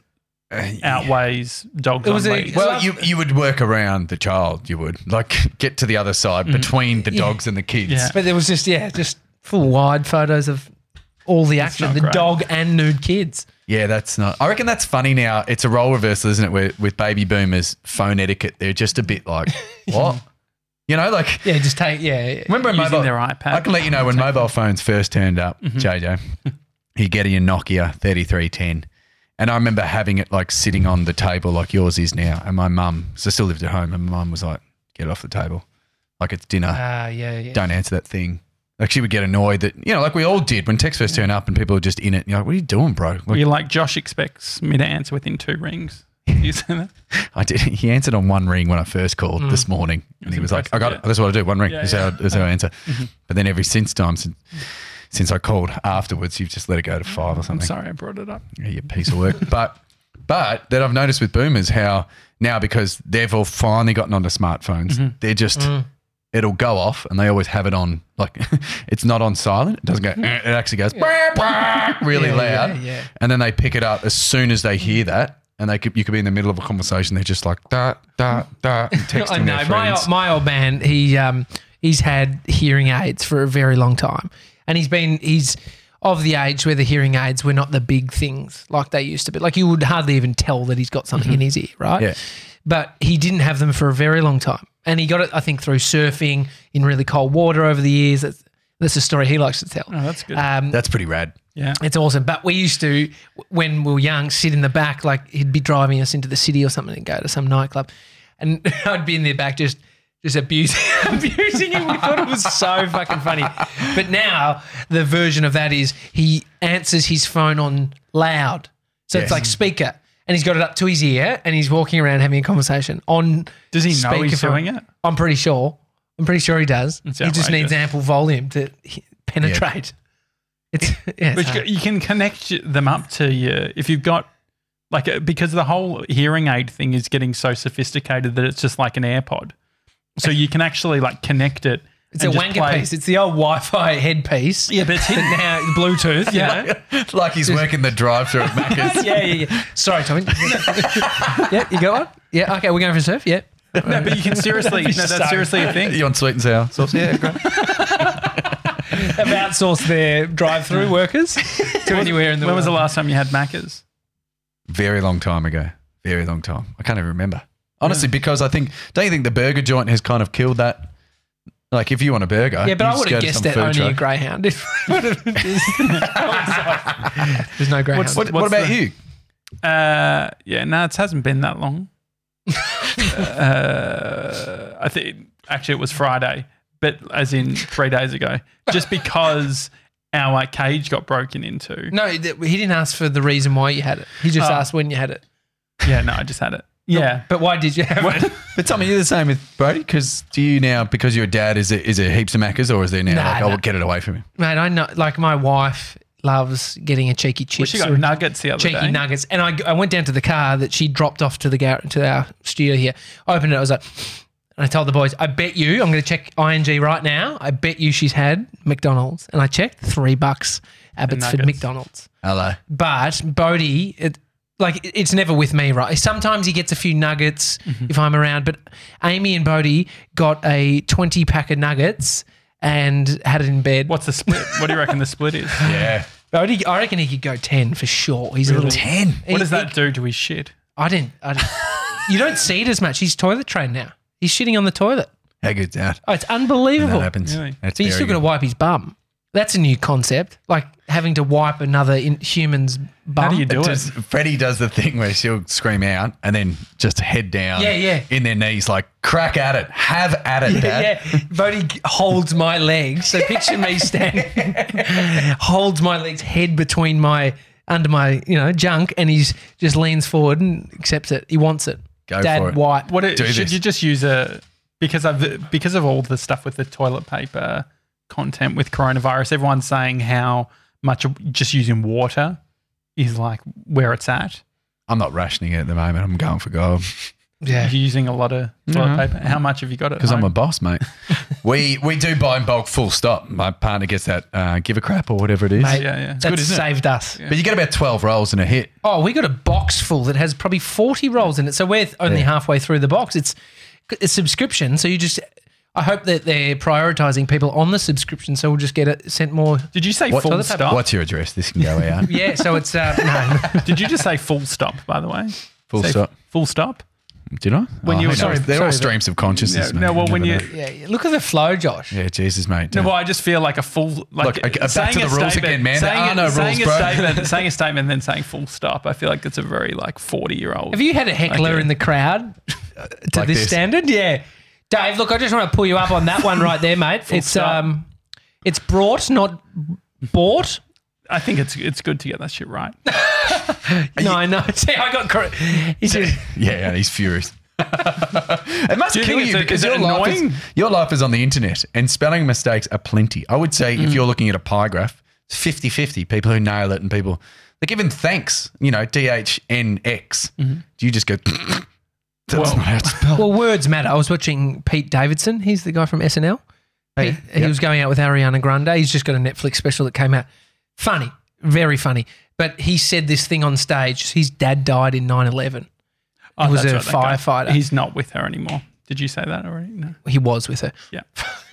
outweighs dogs.
It was
on
a-
leads.
well-
Well, you, you would work around the child. You would like get to the other side between the dogs and the kids.
Mm. Yeah.
But there was just yeah, just full wide photos of all the action,
not
the
great.
dog and nude kids.
Yeah, that's not. I reckon that's funny now. It's a role reversal, isn't it? Where, with baby boomers, phone etiquette, they're just a
[laughs]
bit like, what? you know, like,
Yeah, just take yeah.
remember when
Using
mobile.
their iPad. Mm-hmm.
I can let you know when mobile phones first turned up, JJ, you get your Nokia 3310. And I remember having it like sitting on the table like yours is now. And my mum, so I still lived at home, and my mum was like, get it off the table. Like it's
Uh,
dinner.
Ah, yeah, yeah.
don't answer that thing. Like she would get annoyed that you know, like we all did when text first turned up and people were just in it. You're like, what are you doing, bro? Like,
You're like Josh expects me to answer within two rings. [laughs] You say that?
[laughs] I did. He answered on one ring when I first called this morning, and he was like, "I got it. That's what I do. One ring.
Mm. Yeah,
that's,
yeah. Mm-hmm.
How, that's how I
[laughs]
answer." But then every since time since, since I called afterwards, you've just let it go to five or
I'm
something.
sorry I brought it up.
Yeah, you piece of work. [laughs] but but then I've noticed with boomers how now because they've all finally gotten onto smartphones,
Mm-hmm.
they're just
Mm.
it'll go off and they always have it on like [laughs] it's not on silent. It doesn't go. "Eh," It actually goes "Bah, bah," really
Mm-hmm. Yeah, yeah,
loud.
yeah.
And then they pick it up as soon as they hear that. And they could, you could be in the middle of a conversation. They're just like da da da, and texting
[laughs] I
their
know my
friends.
old, my old man. He um he's had hearing aids for a very long time, and he's been he's of the age where the hearing aids were not the big things like they used to be. Like you would hardly even tell that he's got something
Mm-hmm.
in his ear, right?
Yeah.
But he didn't have them for a very long time, and he got it I think through surfing in really cold water over the years. That's that's a story he likes to tell.
Oh, that's good.
Um,
That's pretty rad. [laughs]
yeah.
it's awesome. But we used to, when we were young, sit in the back, like he'd be driving us into the city or something and go to some nightclub. And [laughs] I'd be in the back just just abusing, [laughs] abusing him. We thought it was so fucking funny. But now the version of that is he answers his phone on loud. So
Yes.
it's like speaker. And he's got it up to his ear and he's walking around having a conversation on
Does he know he's
speakerphone.
doing it?
I'm pretty sure. I'm pretty sure he does.
It's
he just
outrageous.
needs ample volume to he- penetrate. It's [laughs] yeah. it's
But
hard.
you, you can connect them up to you if you've got like uh, because the whole hearing aid thing is getting so sophisticated that it's just like an AirPod. So you can actually like connect it.
It's a wanker piece. It's the old Wi-Fi headpiece.
[laughs] Yeah, but it's hidden.
Now Bluetooth. Yeah.
like he's working the drive-through at
[laughs]
Macca's.
yeah, yeah, yeah. Sorry, Tommy. [laughs] yeah, you got one. Yeah. Okay, we're going for a surf. Yeah.
no, but you can
[laughs]
seriously. no, that's
so-
seriously a thing.
you on sweet and sour sauce? Yeah, great.
[laughs] Have outsourced their drive-through workers to anywhere in the
When
world.
was the last time you had Maccas?
Very long time ago. Very long time. I can't even remember. Honestly, because I think don't you think the burger joint has kind of killed that? Like if you want a burger,
Yeah, but
you
I
just
would
go
have
to
guessed
some
that
food
only a
truck.
greyhound. [laughs] If I would've [laughs] just- There's no greyhound.
What's-
What, what
What's
about
the-
you?
Uh, yeah, no, it hasn't been that long. uh, I think actually it was Friday, but as in three days ago, just because our cage got broken into.
no, th- he didn't ask for the reason why you had it. He just
Oh.
asked when you had it.
Yeah, no, I just had it. Yeah.
But why did you have it?
But Tommy, you're the same with Brody. Because do you now, because you're a dad, is it is it heaps of macas or is there now
Nah,
like I
nah.
would get it away from him?
[laughs] Mate, I know. Like my wife loves getting a cheeky
Well,
chips
she got
or a
nuggets the other
cheeky
day.
nuggets. And I, I went down to the car that she dropped off to the gar- to our studio here. I opened it. I was like, and I told the boys, I bet you, I'm going to check ING right now. I bet you she's had McDonald's. And I checked, three bucks Abbotsford
nuggets.
McDonald's.
Hello.
But Bodie, it, like, it- it's never with me, right? Sometimes he gets a few
Mm-hmm.
nuggets if I'm around. But Amy and Bodie got a 20 pack of nuggets and had it in bed.
What's the split? What do you reckon the split is?
Yeah.
I reckon- I reckon he could go ten for sure. He's a little.
10.
What
He-
does
he-
that do to his shit?
I didn't.
[laughs]
I didn't you don't see it as much. He's toilet trained now. He's shitting on the toilet.
How good's that?
Oh, it's
That
unbelievable.
happens.
Really?
That's
But you
very
still got to
good.
wipe his bum. That's a new concept, like having to wipe another in, human's bum.
How do you do it?
Just, Freddie does the thing where she'll scream out and then just head down.
Yeah, yeah.
In their knees, like, crack at it. Have at it, Dad.
[laughs] Yeah, Bodhi holds my legs. So picture me standing, [laughs] holds my legs, head between my under my you know junk, and he's just leans forward and accepts it. He wants it.
Go
Dad,
for it.
wipe.
What it,
Do
should
this.
you just use a because I've because of all the stuff with the toilet paper content with coronavirus, everyone's saying how much of- just using water is like where it's at.
I'm not rationing it at the moment. I'm going for gold
Yeah.
You're using a lot of toilet paper. How much have you got?
because I'm a
[laughs]
boss, mate. we we do buy in bulk, full stop. My partner gets that uh, give a crap or whatever it is.
Mate,
yeah, yeah. It's
That's
good, isn't it?
saved us.
But you get about 12 rolls in a hit.
Oh, we got a box full that has probably 40 rolls in it. So we're only halfway through the box. It's a subscription. So you just, I hope that they're prioritizing people on the subscription. So we'll just get it sent more.
Did you say
What-
full
toilet paper?
stop?
What's your address? This can
[laughs]
go out.
Yeah. So it's, uh, [laughs] no.
Did you just say full stop? By the way,
Full
Say
stop.
Full stop.
Did I?
When you-
Oh, who knows?
sorry,
they're
sorry,
all
but-
streams of consciousness.
No,
mate.
well, when
never
you-
know.
Yeah, yeah. Look at the flow, Josh.
yeah, Jesus, mate.
No, well, I just feel like a full like
Look, okay, back
saying
to the
a
rules
statement-
again, man. There
Saying,
are
a-
no
saying
rules,
a
bro. [laughs]
statement, saying a statement, and then saying full stop. I feel like that's a very like forty year old.
Have you had a heckler
Okay.
in
[laughs]
the crowd
Uh,
to
Like
this,
this.
standard? Yeah. Dave, look, I just want to pull you up on that one right there, mate. it's,
stop.
um, it's brought, not bought.
I think it's it's good to get that shit right.
No, no. [laughs] See, I got, cor-
[laughs]
he said,
Yeah, and he's furious. it must
Do you
kill
think it's
you
a-
because
is it
your life, is,
annoying?
your life is on the internet and spelling mistakes are plenty. I would say if you're looking at a pie graph, it's 50 50 people who nail it and people they're given thanks, you know, DHNX. Do you just go, [laughs] that's
Well-
not how it's spelled?
Well, words matter. I was watching Pete Davidson. He's the guy from SNL. Pete, He
Yep.
was going out with Ariana Grande. He's just got a Netflix special that came out. Funny, very funny. But he said this thing on stage. His dad died in 9 11.
Oh,
was
that's
a
right, that guy.
firefighter.
He's not with her anymore. Did you say that already? No.
He was with her.
Yeah.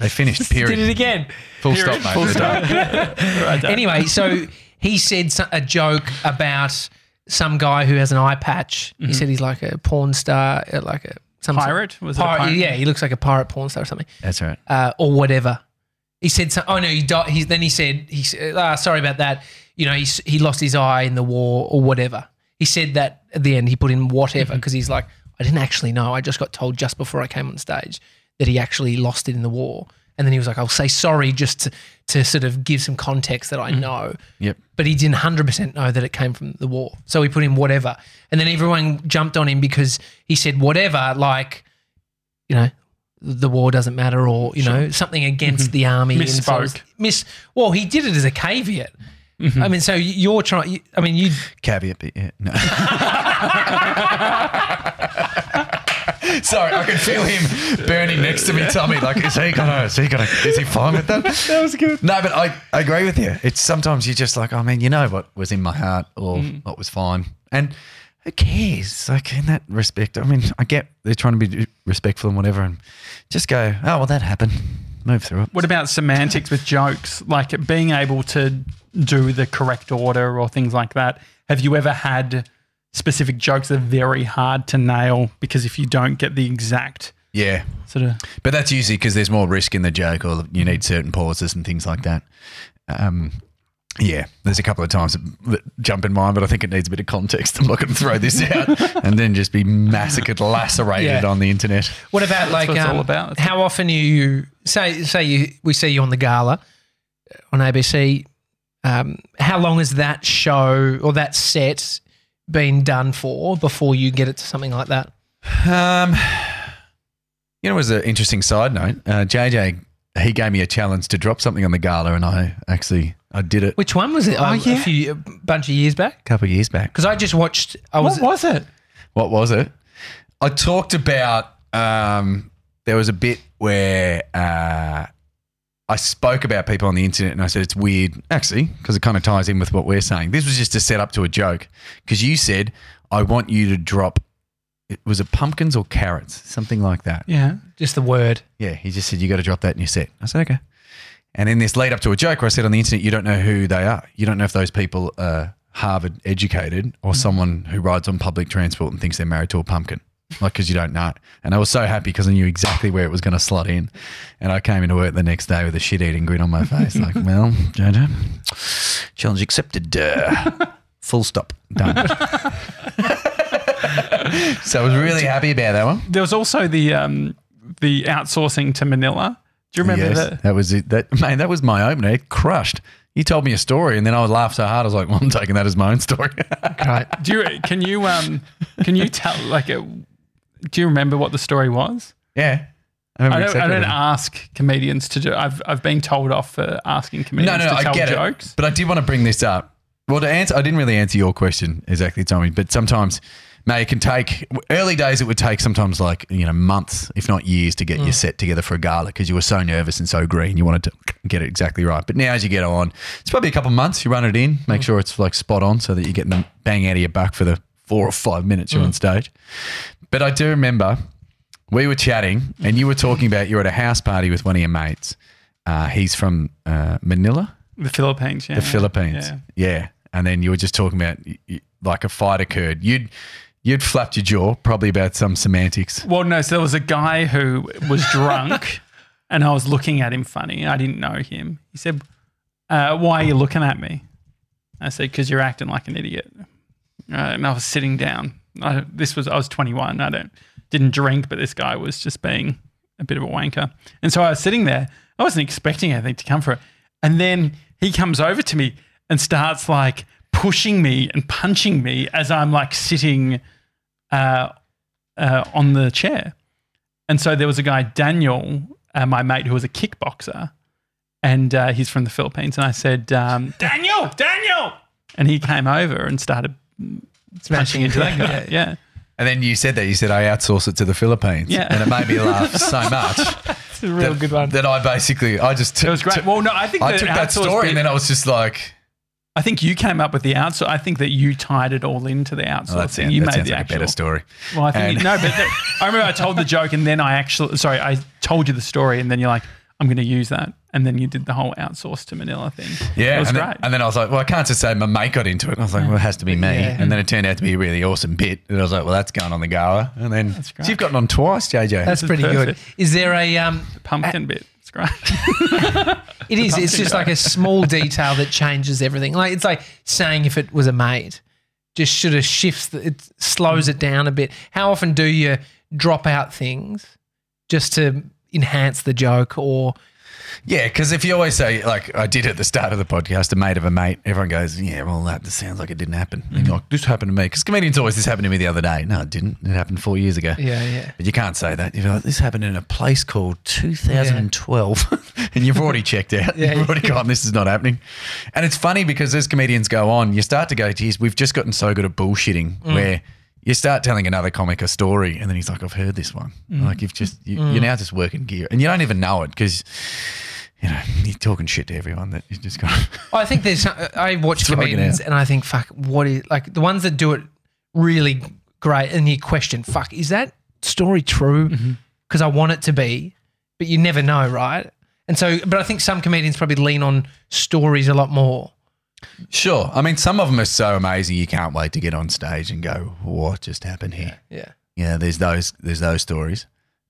They finished, period.
Did it again.
Full
Period.
stop, mate.
Full
They're done.
Right, Dad.
Anyway, so he said so- a joke about some guy who has an eye patch. He said he's like a porn star, uh, like a some
Mm-hmm. pirate was it a
pirate.
pirate?
Yeah, he looks like a pirate porn star or something.
That's right.
uh, or whatever. He said, some, "Oh no, he died." He, then he said, "He said, ah, sorry about that. You know, he, s- he lost his eye in the war or whatever." He said that at the end. He put in whatever because he's like, "I didn't actually know. I just got told just before I came on stage that he actually lost it in the war." And then he was like, "I'll say sorry just to, to sort of give some context that I know."
Yep.
But he didn't hundred percent know that it came from the war, so he put in whatever. And then everyone jumped on him because he said whatever, like you know, the war doesn't matter or, you know, something against the army. and so
Misspoke.
it's- Miss, well, he did it as a caveat. I mean, so you're trying, I mean, you,
Caveat, but yeah, no. [laughs] Sorry, I can feel him burning next to me, Tommy. Like, is he gonna? Is he gonna? Is he fine with that? [laughs] That was good. No, but I, I agree with you. It's sometimes you're just like, I mean, you know what was in my heart or what was fine, and who cares? Like in that respect, I mean, I get they're trying to be respectful and whatever, and just go, oh well, that happened. Move through it.
What about semantics with jokes? Like being able to do the correct order or things like that. Have you ever had specific jokes that are very hard to nail because if you don't get the exact
Yeah,
sort of
But that's usually because there's more risk in the joke, or you need certain pauses and things like that. Um, yeah, there's a couple of times that jump in mind, but I think it needs a bit of context. I'm not going to
[laughs]
throw this out and then just be massacred, lacerated
Yeah.
on the internet.
what about like,
what it's
um,
all about. It's-
how often are you, say, say you, we see you on the gala uh, on ABC. Um, how long has that show or that set been done for before you get it to something like that?
Um, you know, it was an interesting side note. Uh, JJ, he gave me a challenge to drop something on the gala, and I actually I did it
Which one was it? Oh,
yeah.
A few, a bunch of years back?
a couple of years back.
Because I just watched, I was,
what was it?
What was it? I talked about um, there was a bit where uh, I spoke about people on the internet and I said it's weird, actually, because it kind of ties in with what we're saying. This was just a setup to a joke because you said, I want you to drop it was a pumpkins or carrots, something like that.
Yeah.
Just the word.
Yeah, he just said, You got to drop that in your set. I said, Okay. And in this lead up to a joke where I said on the internet, You don't know who they are. You don't know if those people are Harvard educated or someone who rides on public transport and thinks they're married to a pumpkin. Like, because you don't know. And I was so happy because I knew exactly where it was going to slot in. And I came into work the next day with a shit eating grin on my face. like, well, JJ, challenge accepted. Uh, full stop. Done. so I was really happy about that one.
There was also the um, the outsourcing to Manila. Do you remember
yes,
that?
that was it. That [laughs] man, that was my opener. It crushed. You told me a story, and then I would laugh so hard. I was like, "Well, I'm taking that as my own story." [laughs]
Great.
Do you can you um can you tell like a, do you remember what the story was?
yeah,
I
remember
don't, I
exactly
don't
that.
ask comedians to do. I've I've been told off for asking
No,
comedians
no, no,
to
I
tell
get
jokes.
it. But I did want to bring this up. Well, to answer, I didn't really answer your question exactly, Tommy. But sometimes, mate, it can take early days. It would take sometimes like you know months, if not years, to get
Mm.
your set together for a gala because you were so nervous and so green. You wanted to [clears throat] get it exactly right. But now, as you get on, it's probably a couple of months. You run it in,
Mm.
make sure it's like spot on, so that you're getting the bang out of your buck for the four or five minutes
Mm.
you're on stage. But I do remember we were chatting, and you were talking about you were at a house party with one of your mates. Uh, he's from uh, Manila.
The Philippines, yeah.
The Philippines.
Yeah.
Yeah. And then you were just talking about y- y- like a fight occurred. You'd you'd flapped your jaw probably about some semantics.
Well, no. So there was a guy who was drunk, and I was looking at him funny. I didn't know him. He said, uh, "Why are you looking at me?" I said, "Because you're acting like an idiot." Uh, and I was sitting down. I, this was I was 21. I don't didn't drink, but this guy was just being a bit of a wanker. And so I was sitting there. I wasn't expecting anything to come for it. And then he comes over to me and starts like pushing me and punching me as I'm like sitting uh, uh, on the chair. And so there was a guy, Daniel, uh, my mate, who was a kickboxer, and uh, he's from the Philippines. And I said, um, [laughs] Daniel, Daniel. And he came over and started smashing into
[laughs]
[laughs]
that guy. Yeah.
And then you said that you said I outsource it to the Philippines.
Yeah.
And it made me
[laughs]
laugh so much.
It's a real
that,
good one.
That I basically I just
It was great. Well, no, I think
I
the
took that
outsource
story
bit-
and then I was just like,
I think you came up with the outsource. I think that you tied it all into the outsourcing.
oh, that sounds,
you
that
made
sounds
the
like a
actual.
better story.
Well, I think
And-
you- no, but the- I remember I told the joke and then I actually sorry I told you the story and then you're like I'm going to use that and then you did the whole outsource to Manila thing.
[laughs] Yeah,
it was
and,
great.
Then, and then I was like, well, I can't just say my mate got into it. And I was like, well, it has to be me. And then it turned out to be a really awesome bit. And I was like, well, that's going on the gala. And then so
great.
you've gotten on twice, JJ.
That's
is
pretty good.
perfect.
Is there a um
Pumpkin bit. It's great. [laughs]
It is. It's just like a
[laughs]
small detail that changes everything. Like it's like saying if it was a mate, just sort of shifts. The, it slows it down a bit. How often do you drop out things just to enhance the joke or
Yeah, because if you always say, like I did at the start of the podcast, a mate of a mate, everyone goes, yeah, well, that just sounds like it didn't happen. And
Mm-hmm.
you're like, this happened to me. Because comedians always, this happened to me the other day. No, it didn't. It happened four years ago.
yeah, yeah.
But you can't say that. You're like, this happened in a place called 2012. [laughs] and you've already checked out.
Yeah.
You've already gone, this is not happening. And it's funny because as comedians go on, you start to go, geez, we've just gotten so good at bullshitting where you start telling another comic a story and then he's like, I've heard this one. Like you've just, you, you're now just working gear and you don't even know it because, you know, you're talking shit to everyone that you just got.
oh, I think there's. some- I watch
Throwing it
comedians
out.
and I think fuck. What is like the ones that do it really great and you question fuck is that story true?
Mm-hmm.
Because I want it to be, but you never know, right? And so, but I think some comedians probably lean on stories a lot more.
[laughs] sure. I mean, some of them are so amazing. You can't wait to get on stage and go, what just happened here?
Yeah.
yeah, there's those there's those stories.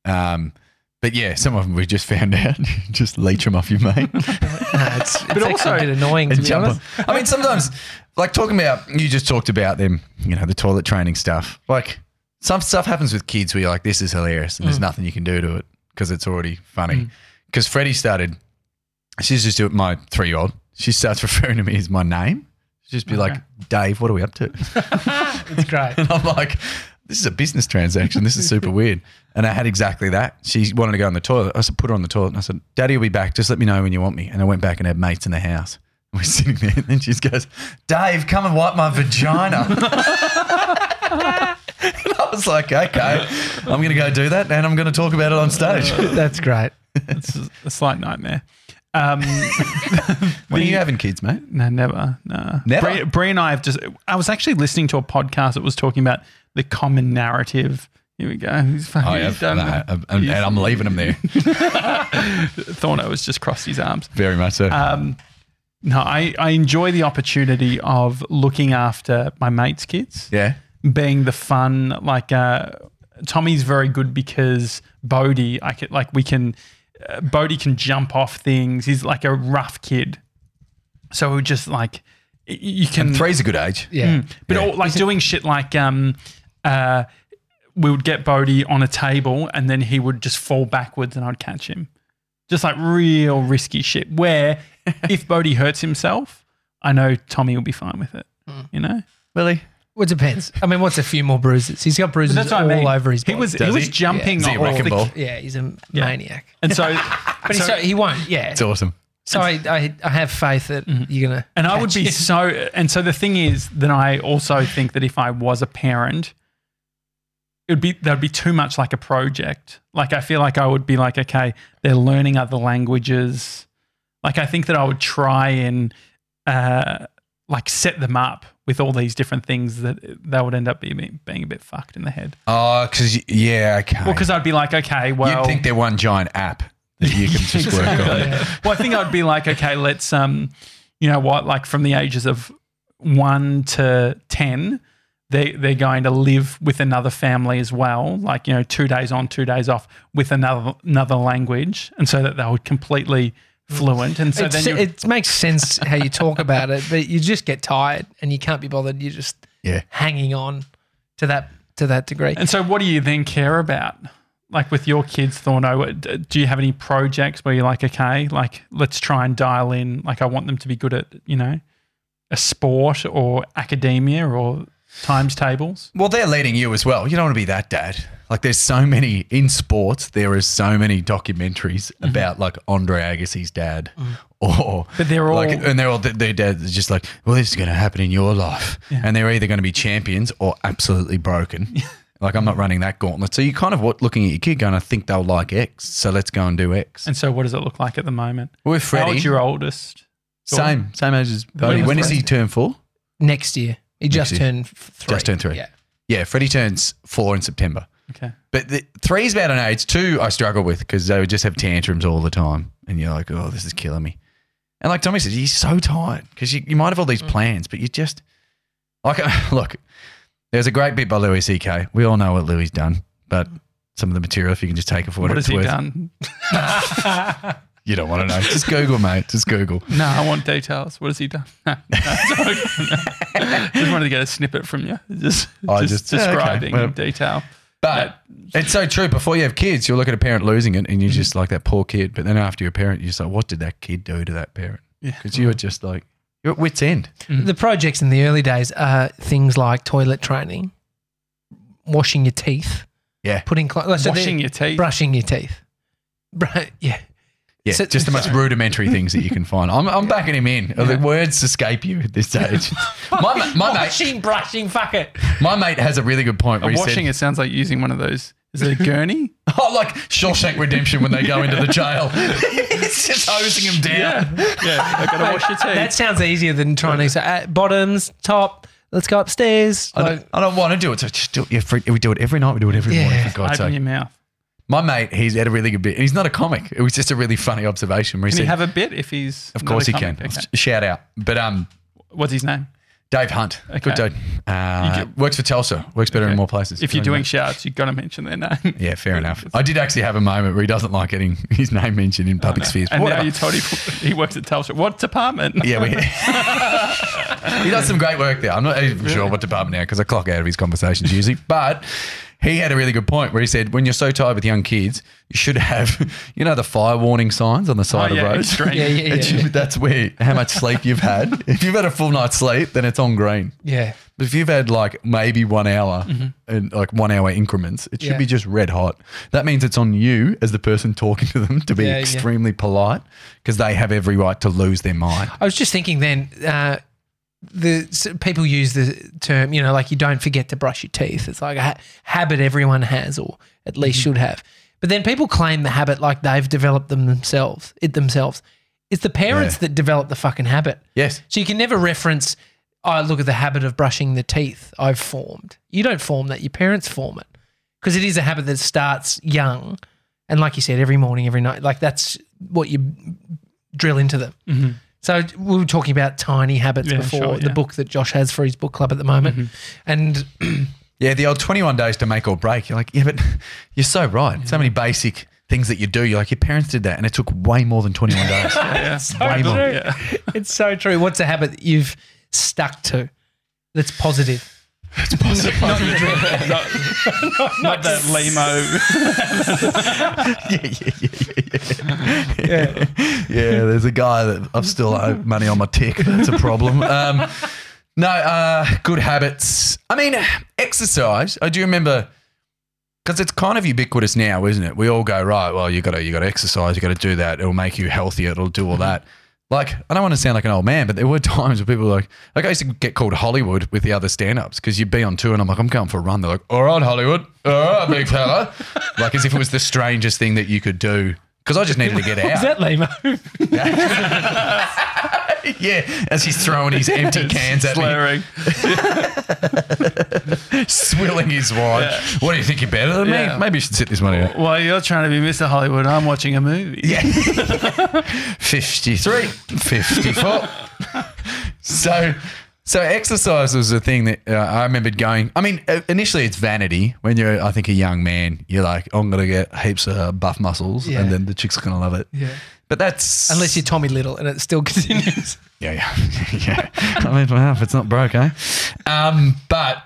Um, but yeah, some of them we just found [laughs] out. just leech them off you, mate.
No, it's, it's actually
also-
a bit annoying to
and
be
jump
honest.
on. I mean, sometimes like talking about you just talked about them, you know, the toilet training stuff. Like some stuff happens with kids where you're like, this is hilarious, and there's nothing you can do to it because it's already funny. Because Freddie started, she's just doing my three year old. She starts [laughs] referring to me as my name. She'd just be like, Dave, what are we up to?
It's great.
And [laughs] I'm like, this is a business transaction. This is super weird. And I had exactly that. She wanted to go on the toilet. I said, put her on the toilet. And I said, Daddy will be back. Just let me know when you want me. And I went back and had mates in the house. [laughs] And We're sitting there. And then she just goes, Dave, come and wipe my vagina. [laughs] and I was like, okay, I'm Uh, going to go do that. And I'm going to talk about it on stage.
That's great.
it's a slight nightmare. Um,
When are
The-
you having kids, mate?
no, never. No.
Never?
Bree, Bree and I have just, I was actually listening to a podcast that was talking about the common narrative. Here we go. [laughs] He's fucking
I
he's
have,
done
that.
that.
And, and I'm leaving them there. [laughs]
Thorno has just crossed his arms.
Very much so.
Um, no, I, I enjoy the opportunity of looking after my mates' kids.
yeah.
being the fun like uh Tommy's very good because Bodie I could like we can uh, Bodie can jump off things he's like a rough kid so we just like y- you can
Three's a good age.
Yeah.
but all, like doing shit like um uh we would get Bodie on a table and then he would just fall backwards and I'd catch him just like real risky shit where if Bodie hurts himself I know Tommy will be fine with it you know
Really?
Well, it depends. I mean, what's a few more bruises? He's got bruises
That's what
all
I mean.
over his body.
He was he
Does
was
he?
jumping
Is he a
all
wrecking
the-
ball?
yeah, he's a maniac.
[laughs] and
[laughs]
so
But he's so, he won't. Yeah.
It's awesome.
So I, I, I have faith that you're gonna.
Mm-hmm. and I would
catch
be
him.
so and so the thing is that I also think that if I was a parent it would be that would be too much like a project. Like I feel like I would be like okay, they're learning other languages. Like I think that I would try and uh like set them up with all these different things that they would end up being being a bit fucked in the head.
Oh, because, yeah, okay.
Well, because I'd be like, okay, well,
You'd think they're one giant app that you can just
[laughs]
work on.
Yeah.
well, I think I'd be like, okay, let's um, you know what, like from the ages of one to ten, they they're going to live with another family as well, like you know, two days on, two days off, with another another language, and so that they were completely fluent, and so
It's-
then you
it makes sense how you talk about it, but you just get tired and you can't be bothered. You're just
Yeah.
hanging on to that to that degree.
and so what do you then care about? Like with your kids, Thorno, what- d- do you have any projects where you're like, okay, like let's try and dial in, like I want them to be good at, you know, a sport or academia or times tables?
Well, they're leading you as well. You don't want to be that dad. Like, there's so many in sports. There is so many documentaries about like Andre Agassi's dad, or
Mm-hmm. Mm. But they're
like,
all-
and they're all their dads is just like, well, this is going to happen in your life, and they're either going to be champions or absolutely broken. like, I'm not running that gauntlet. So you kind of what looking at your kid going, I think they'll like X, so let's go and do X.
And so, what does it look like at the moment?
With
How old's
Freddie,
your oldest?
same same age as
When
Bodie.
was
When does he
Freddie?
turn four?
Next year, he just
year.
turned f- three.
Just turned three.
Yeah.
Yeah, Freddie turns four in September.
Okay.
But the, three's about an age. Two, I struggle with because they would just have tantrums all the time. And you're like, oh, this is killing me. And like Tommy said, you're so tired because you, you might have all
Mm.
these plans, but you just, like, [laughs] look, there's a great bit by Louis C.K. We all know what Louis done, but some of the material, if you can just take it for what,
Mm. What has
it's
he
worth,
done?
you don't want to know. just
[laughs]
Google, mate. Just Google.
No, I want details. What has he done? No, no, [laughs] it's okay. No. just wanted to get a snippet from you. [laughs] Just,
I
just,
just- yeah, okay.
describing
Well-
in detail.
But it's so true. Before you have kids, you'll look at a parent losing it
Mm-hmm.
and you're just like that poor kid. But then after you're a parent, you're just like, what did that kid do to that parent?
Yeah.
Because you were just like, you're at wit's end.
The projects in the early days are things like toilet training, washing your teeth,
Yeah.
putting clo- so they're-
Washing your teeth.
brushing your teeth. Bru- yeah.
Yeah,
So-
just
[laughs]
the most rudimentary things that you can find. I'm, I'm backing him in. The words escape you at this
[laughs]
stage. [laughs] my, ma- my, mate,
Washing, brushing, fuck it.
my mate has a really good point. Where he
Washing
said,
it sounds like using one of those. Is it a gurney?
Oh, like Shawshank Redemption when they go into
[laughs]
the jail. it's just hosing him down.
yeah, I gotta wash your teeth.
[laughs] That sounds easier than trying to say uh, bottoms, top. Let's go upstairs.
I, don't, I don't want to do it. So just do it. Yeah, free, we do it every night. We do it every morning,
Yeah.
for God's
Open
sake.
your mouth.
My mate, he's had a really good bit. And he's not a comic. It was just a really funny obseration where he
Can he
said,
have a bit if he's?
Of course he can. Shout out. But um,
What's his name?
Dave Hunt, good
Okay.
dude. Uh,
You get-
works for Tulsa. Works better
Okay.
in more places.
If you're
Good on you,
doing
mate.
shouts, you've got to mention their name. [laughs]
Yeah, fair enough. I did actually have a moment where he doesn't like getting [laughs] his name mentioned in public spheres.
And now
Whatever.
you told him [laughs] he works at Telstra. What department?
[laughs] yeah, we, [laughs] he does some great work there. I'm not even sure what department now because I clock out of his conversations usually. [laughs] But he had a really good point where he said, when you're so tired with young kids, you should have, [laughs] you know, the fire warning signs on the
[laughs]
side
Oh,
of
yeah,
roads. [laughs]
extreme.
yeah, yeah,
It
yeah.
should- That's where how much sleep you've had. If you've had a full night's sleep, then it's on green.
yeah.
But if you've had like maybe one hour and like one hour increments, it should
Mm-hmm. Yeah.
be just red hot. That means it's on you as the person talking to them to be
Yeah, yeah.
extremely polite because they have every right to lose their mind.
I was just thinking then, uh, the s- people use the term, you know, like you don't forget to brush your teeth. It's like a ha- habit everyone has, or at least should have. But then people claim the habit like they've developed them themselves, it themselves. It's the parents
Yeah.
that develop the fucking habit.
Yes.
So you can never reference, oh, look at the habit of brushing the teeth I've formed. You don't form that, your parents form it. Because it is a habit that starts young. And like you said, every morning, every night, like that's what you drill into them. So we were talking about tiny habits
Mm-hmm. Yeah,
before,
sure,
the
yeah. Mm-hmm.
book that Josh has for his book club at the moment. And [laughs]
Yeah, the old 21 days to make or break. You're like, yeah, but [laughs] you're so right. So many basic things that you do. You're like, your parents did that and it took way more than 21
[laughs]
days. [laughs]
Yeah.
Way more.
true.
Yeah.
it's so true. What's a habit that you've stuck to that's positive?
Not,
[laughs]
not, not that limo.
yeah, yeah, yeah, yeah, yeah. Yeah, there's a guy that I've still owe money on my tick. That's a problem. Um, no, uh, good habits. I mean, exercise. I do remember because it's kind of ubiquitous now, isn't it? We all go right. Well, you got to you got to exercise. You got to do that. It'll make you healthier. It'll do all that. Like, I don't want to sound like an old man, but there were [laughs] times where people were like, like I used to get called Hollywood with the other stand-ups because you'd be on tour and I'm like, I'm going for a run. They're like, all right, Hollywood, all right, big fella, like as if it was the strangest thing that you could do because I just needed to get
Is
out.
that limo?
[laughs] yeah, as he's throwing
[laughs]
his [laughs] empty cans at me,
Slurring.
swilling his wine. What do you think you're better than
Yeah.
me? Maybe you should sit this one
[laughs]
out.
While you're trying to be Mr. Hollywood, I'm watching a movie.
[laughs] Yeah. 53, 54. [laughs] so, so exercise was a thing that uh, I remembered going. I mean, uh, initially it's vanity. When you're, I think, a young man, you're like, "Oh, I'm going to get heaps of buff muscles
Yeah.
and then the chicks are going to love it.
[laughs] yeah.
But that's.
Unless you're Tommy Little and it still [laughs] continues.
Yeah, yeah, [laughs] yeah. I mean, well, if it's not broke, eh? Um, but,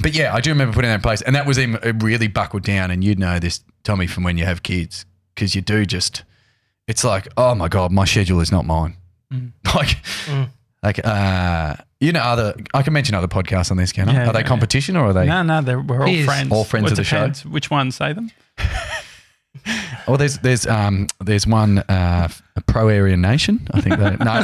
but yeah, I do remember putting that in place, and that was him really buckled down. And you'd know this, Tommy, from when you have kids, because you do just. It's like, oh my god, my schedule is not mine.
Mm.
[laughs] Like, like, uh, you know, other. I can mention other podcasts on this, can I?
Yeah,
are they
yeah,
competition or are they?
No, no, they're, we're all
He is.
friends.
All friends
Well,
of the show.
depends Which one? Say them.
Oh, there's there's um there's one uh, pro Aryan nation. I think they no.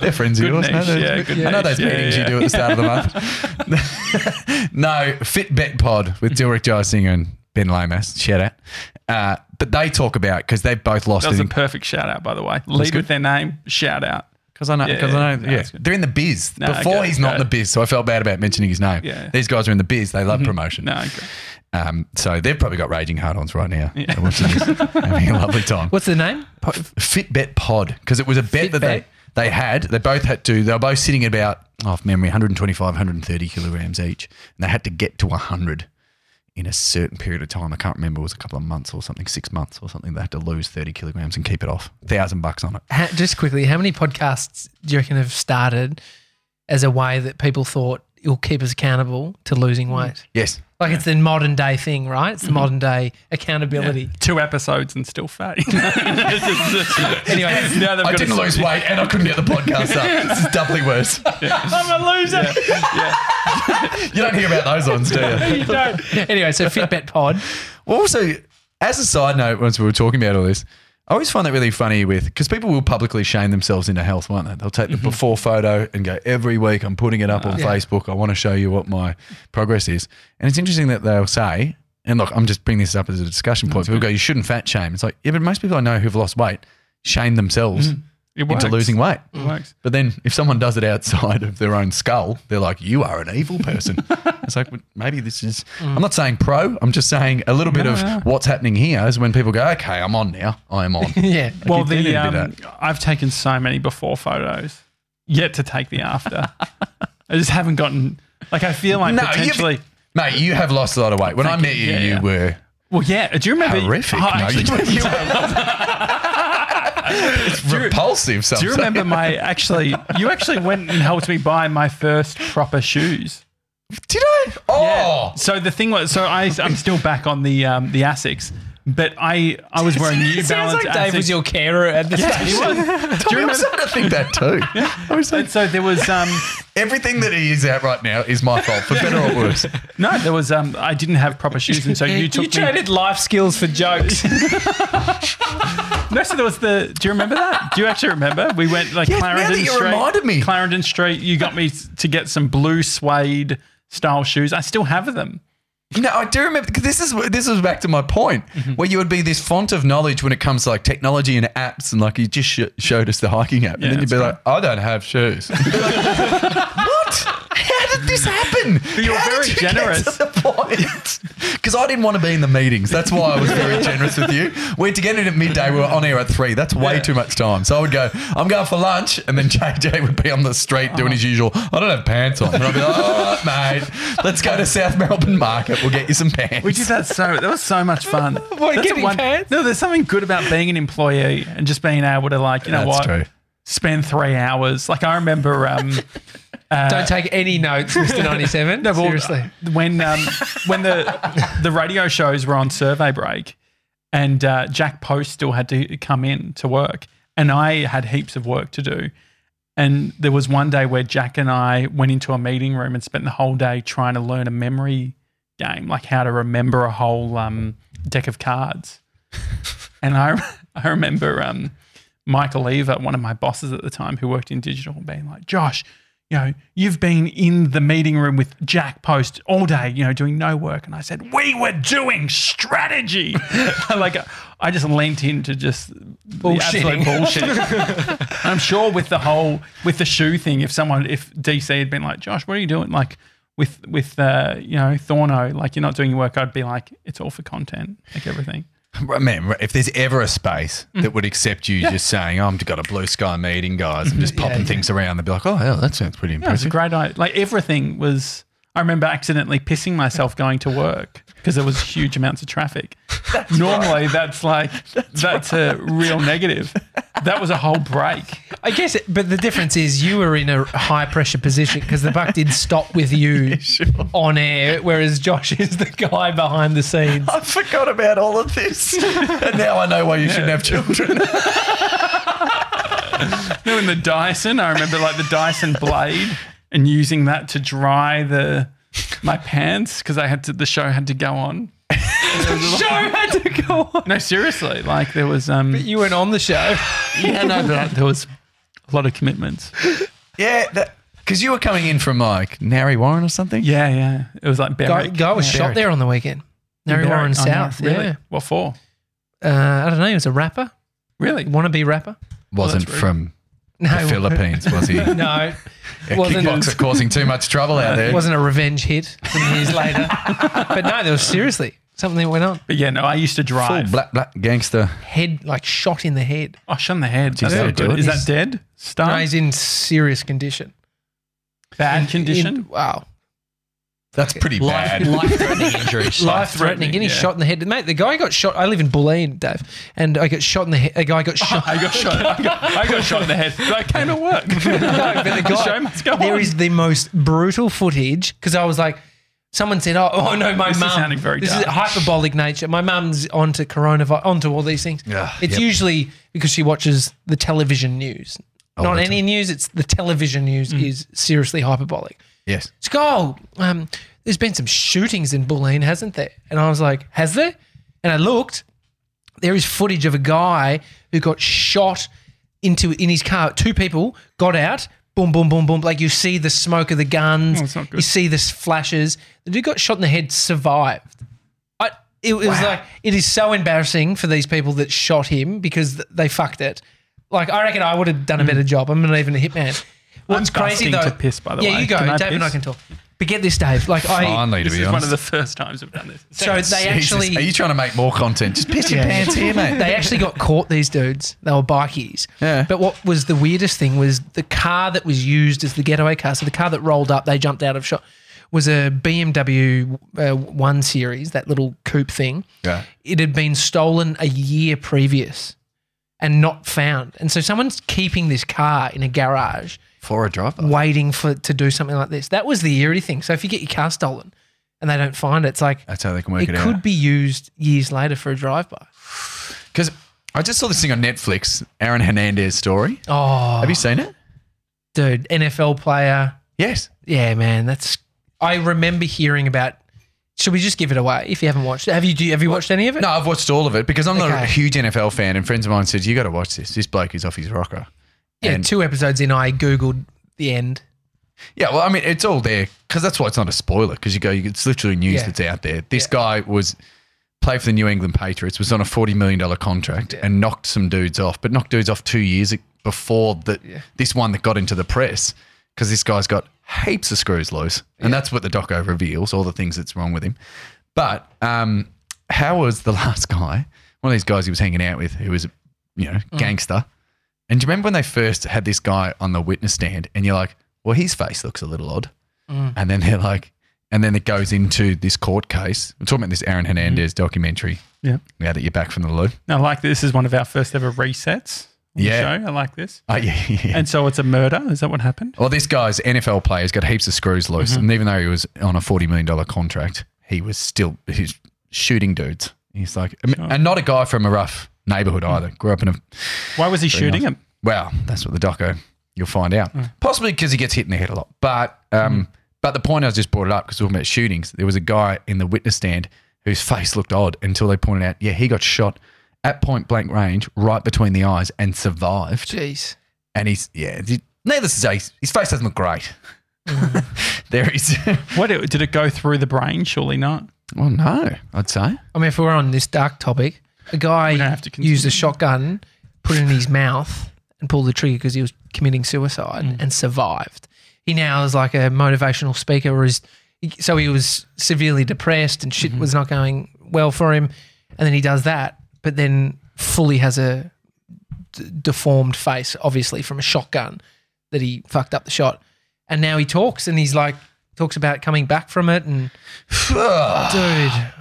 [laughs] They're friends of
Good
yours.
niche,
no? They're-
yeah, good
I know
niche,
those
yeah,
meetings
yeah.
you do at the start of the month. [laughs] no, Fitbet Pod with Dilrick Jayasinger and Ben Lomas. Shout out. Uh, but they talk about because they've both lost.
That was
it
a
in-
perfect shout out, by the way. Lead
good.
with their name. Shout out.
because I know,
Yeah,
because I know,
yeah,
yeah,
that's good.
they're in the biz.
No,
Before
okay,
he's not in
okay.
the biz, so I felt bad about mentioning his name.
Yeah. Mm-hmm.
These guys are in the biz. They love promotion.
No, okay.
Um, so they've probably got raging hard-ons right now. They're watching
[laughs]
this, having a lovely time.
What's the name?
Fitbet Pod because it was a bet that they,
Fitbet.
they had. They both had to. They were both sitting at about off memory 125, 130 kilograms each, and they had to get to 100 in a certain period of time. I can't remember. It was a couple of months or something, six months or something. They had to lose 30 kilograms and keep it off. Thousand bucks on it.
How, just quickly, how many podcasts do you reckon have started as a way that people thought it'll keep us accountable to losing weight?
Yes.
Like it's the modern day thing, right? It's the modern day accountability.
Two episodes and still [laughs] fat.
[laughs]
anyway, now they've
I
got
didn't
a- [laughs]
lose weight and I couldn't get the podcast up. This is doubly worse.
I'm a loser.
You don't hear about those ones, do [laughs] you?
[laughs] anyway, so Fitbet Pod.
Well, also, as a side note, once we were talking about all this, I always find that really funny with because people will publicly shame themselves into health, won't they? They'll take the before photo and go, every week I'm putting it up on Facebook. I want to show you what my progress is. And it's interesting that they'll say, and look, I'm just bringing this up as a discussion point. People go, you shouldn't fat shame. It's like, yeah, but most people I know who've lost weight shame themselves
It works.
into losing weight.
It works.
But then if someone does it outside of their own skull, they're like, you are an
[laughs]
evil person. it's like, well, maybe this is,
Mm.
I'm not saying pro, I'm just saying a little bit of what's happening here is when people go, okay, I'm on now. I
[laughs]
am on.
[laughs] Yeah.
Well,
you do need
the
to do
um, I've taken so many before photos, yet to take the after. I just haven't gotten. Like I feel like
No, you've-
potentially.
Mate, you have lost a lot of weight. When I
Thank
met
you.
you,
Yeah,
you
yeah.
were
Well, yeah. Do you remember?
horrific.
Oh, [laughs]
no,
actually,
you, you were- it's repulsive. Some
do you
say.
remember my actually? You actually went and helped me buy my first proper shoes.
[laughs] Did I? [laughs] Oh,
So the thing was, so I, I'm still back on the um, the Asics, but I I was
[laughs]
wearing New
It sounds
Balance
like Dave
Asics.
was your carer at the
He
station.
was. Do you
I was
remember?
starting to think
[laughs]
that too. I was like,
And so there was um
everything that he is at right now is my fault, for better
[laughs]
or worse.
no there was um I didn't have proper shoes
[laughs]
and so you took
you
me
traded life skills for jokes.
[laughs] No, so there was the. Do you remember that? Do you actually remember? We went like
Yeah, now
Clarendon
that you
Street.
reminded me.
Clarendon Street. You got me s- to get some blue suede style shoes. I still have them.
No, I do remember because this is this was back to my point
Mm-hmm.
where you would be this font of knowledge when it comes to like technology and apps and like you just sh- showed us the hiking app
Yeah,
and then you'd
that's
be
right.
like, I don't have
[laughs]
shoes. what? How did this happen?
you're
How
very
did you
generous.
Get to the point [laughs] because I didn't want to be in the meetings. That's why I was very generous with you. We're together at midday. We were on air at three. That's way
Yeah.
too much time. So I would go, I'm going for lunch, and then [laughs] JJ would be on the street doing his usual. I don't have pants on. And I'd be like, all right, [laughs] mate, let's go to South Melbourne Market. We'll get you some pants. [laughs]
We did that so that was so much fun.
[laughs]
That's
What,
the
getting pants?
No, there's something good about being an employee and just being able to like you know
That's
what
true.
spend three hours. Like I remember um,
[laughs] Don't take any notes, [laughs] Mister Ninety Seven. Uh, no,
well,
seriously.
[laughs] when um, when the the radio shows were on survey break and uh, Jack Post still had to come in to work and I had heaps of work to do. And there was one day where Jack and I went into a meeting room and spent the whole day trying to learn a memory game, like how to remember a whole um, deck of cards. and I, I remember um, Michael Lever, one of my bosses at the time who worked in digital, being like, Josh, you know, you've been in the meeting room with Jack Post all day, you know, doing no work. And I said, We were doing strategy. [laughs] like, I just leant into just bullshit.
Bullshitting.
bullshit. I'm sure with the whole, with the shoe thing, if someone, if DC had been like, Josh, what are you doing? Like, with, with uh, you know, Thorno, like you're not doing your work, I'd be like, it's all for content, like everything.
Man, if there's ever a space
Mm.
that would accept you just saying, oh, "I'm got a blue sky meeting, guys,"
[laughs]
and just popping things around, they'd be like, "Oh, hell, that sounds pretty
It was a
impressive."
great idea. Like everything was. I remember accidentally pissing myself going to work because there was huge amounts of traffic. Normally, that's like [laughs] that's, a real negative. That was a whole break.
I guess, it, but the difference is you were in a high pressure position because the buck did stop with [laughs] you on air, whereas Josh is the guy behind the scenes.
[laughs] I forgot about all
[laughs]
of this, and now I know why you shouldn't have children.
No, in the Dyson, I remember like the Dyson blade and using that to dry the my pants because I had to. The show had to go on.
show had to go on.
No, seriously, like there was um
You went on the show.
yeah no but, like, there was a lot of commitments.
yeah, because you were coming in from like Narry Warren or something.
Yeah, yeah, it was like
[laughs] Guy,
Berwick.
guy was shot there on the weekend. Narry
Berwick,
Warren
I know,
South.
really?
Yeah.
What for?
Uh, I don't know. He was a rapper,
Really?
wannabe rapper.
wasn't
that's rude.
from
No,
the Philippines, was
[laughs]
he?
[laughs]
A
No, wasn't
Kickboxer causing too much trouble out there.
wasn't a revenge hit some years later. [laughs] but no, there was seriously something that went on.
But yeah, no, I used to
Full
drive.
black black gangster.
Head like shot in the head.
Oh, shot in the head. That's
that'll
not
do
good.
it.
Is that dead? Stunned?
No, he's in serious condition.
Bad condition?
[laughs] In- wow.
That's pretty
Life,
bad. [laughs]
life-threatening injuries.
life threatening. Getting
yeah.
shot in the head, mate. The guy got shot. I live in Bulleen, Dave, and I got shot in the head.
[laughs]
A guy got shot.
I got shot. I got, I got shot in the head. But I came to
[laughs]
work.
no, but the
The
guy.
show must go
there
on.
is the most brutal footage because I was like, someone said, "Oh, oh no, my
This is
mum."
sounding very
this is
dark.
hyperbolic nature. My mum's onto coronavirus, onto all these things.
Yeah,
it's
yep.
usually because she watches the television news. Not
Oh, that's
any news. It's the television news
Mm.
is seriously hyperbolic.
yes.
It's like, oh, um, there's been some shootings in Bulleen, hasn't there? And I was like, has there? And I looked. There is footage of a guy who got shot into in his car. Two people got out. Boom, boom, boom, boom. Like you see the smoke of the guns.
Oh, it's not good.
You see the s- flashes. The dude got shot in the head, survived. I, it, it was like it is so embarrassing for these people that shot him because th- they fucked it. Like I reckon I would have done a better job. I'm not even a hitman. What's
busting
crazy though?
to piss, by the
yeah,
way.
you go.
Can I
Dave and I
piss?
can talk. But get this, Dave. Like I,
Finally, to
this
be
is one
honest.
of the first times I've done this.
so they
Jesus,
actually
Are you trying to make more content? Just piss your
Yeah.
pants here, mate.
they actually got caught. These dudes, they were bikies.
Yeah.
But what was the weirdest thing was the car that was used as the getaway car. So the car that rolled up, they jumped out of shot. Was a BMW uh, One Series, that little coupe thing.
Yeah.
It had been stolen a year previous, and not found. And so someone's keeping this car in a garage,
For a driver.
waiting for to do something like this. That was the eerie thing. So if you get your car stolen, and they don't find it, it's like
That's how they can work
it
it,
could
out.
be used years later for a drive-by.
Because I just saw this thing on Netflix, Aaron Hernandez story.
Oh,
Have you seen it?
dude, NFL player.
Yes.
Yeah, man, that's. I remember hearing about. Should we just give it away if you haven't watched it? Have you? Do you- have you watched any of it?
No, I've watched all of it because I'm not a
Okay.
huge NFL fan, and friends of mine said you got to watch this. This bloke is off his rocker.
Yeah,
And-
two episodes in, I googled the end.
Yeah, well, I mean, it's all there because that's why it's not a spoiler because you go, you- it's literally news
Yeah.
that's out there. This
Yeah.
guy was played for the New England Patriots, was on a forty million dollar contract, and knocked some dudes off, but knocked dudes off two years before that. This one that got into the press because this guy's got heaps of screws loose, and that's what the doco reveals all the things that's wrong with him. But um, how was the [laughs] last guy? One of these guys he was hanging out with, who was you know
Mm.
gangster. And do you remember when they first had this guy on the witness stand and you're like, well, his face looks a little odd.
Mm.
And then they're like, and then it goes into this court case. We're talking about this Aaron Hernandez documentary
Mm-hmm. Yeah.
now that you're back from the loo.
Now, I like this is one of our first ever resets. on the
Yeah.
show. I like this.
Oh, yeah, [laughs] yeah.
And so it's a murder. Is that what happened?
well, this guy's NFL player. He's got heaps of screws loose.
Mm-hmm.
And even though he was on a $40 million contract, he was still he's shooting dudes. He's like, and not a guy from a rough neighborhood
Mm.
either. Grew up in a
Why was he shooting him?
Well, that's what the doco. You'll find out. Possibly because he gets hit in the head a lot. But um, but the point I was just brought it up because we're talking about shootings. There was a guy in the witness stand whose face looked odd until they pointed out, yeah, he got shot at point blank range, right between the eyes, and survived.
Jeez.
And he's yeah. he- needless to say, his- his face doesn't look great. Mm. [laughs] there is.
What it- did it go through the brain? Surely not.
well, no, I'd say.
I mean, if we're on this dark topic, a guy
don't have to continue.
used a shotgun, put it in his mouth, and pulled the trigger because he was committing suicide
Mm.
and survived. He now is like a motivational speaker, or is so he was severely depressed and
Mm-hmm.
shit was not going well for him, and then he does that, but then fully has a d- deformed face, obviously from a shotgun that he fucked up the shot, and now he talks and he's like talks about coming back from it and
Ugh,
dude.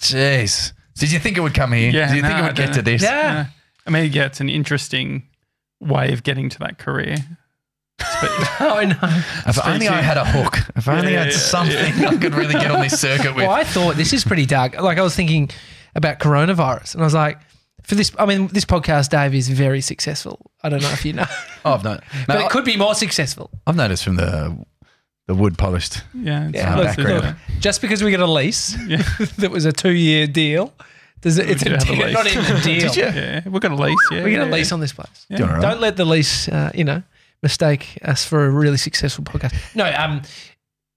Jeez. Did you think it would come here?
Yeah,
Did you think
no,
it
I
would get to
don't know.
this?
Yeah. [laughs]
Uh, I mean, yeah, it's an interesting way of getting to that career.
Oh no.
If only I had a hook. [laughs] If only I had
yeah, yeah.
something I could really get on this circuit [laughs] with.
Well, I thought this is pretty dark. Like I was thinking about coronavirus, and I was like, for this, I mean, this podcast, Dave, is very successful. I don't know if you know,
Oh, I've not.
but
I,
it could be more successful.
have noticed from the the wood polished.
Yeah, it's
Yeah.
close to
Background.
that.
Just because we got a lease [laughs] that was a two-year deal, does it? It's
did
a,
have a
deal,
lease.
not even a deal.
Did you?
Yeah, we're gonna lease. Yeah,
We get a
yeah,
lease
yeah.
on this place.
Yeah.
Doing all right.
Don't let the lease, uh, you know, mistake us for a really successful podcast. No, um,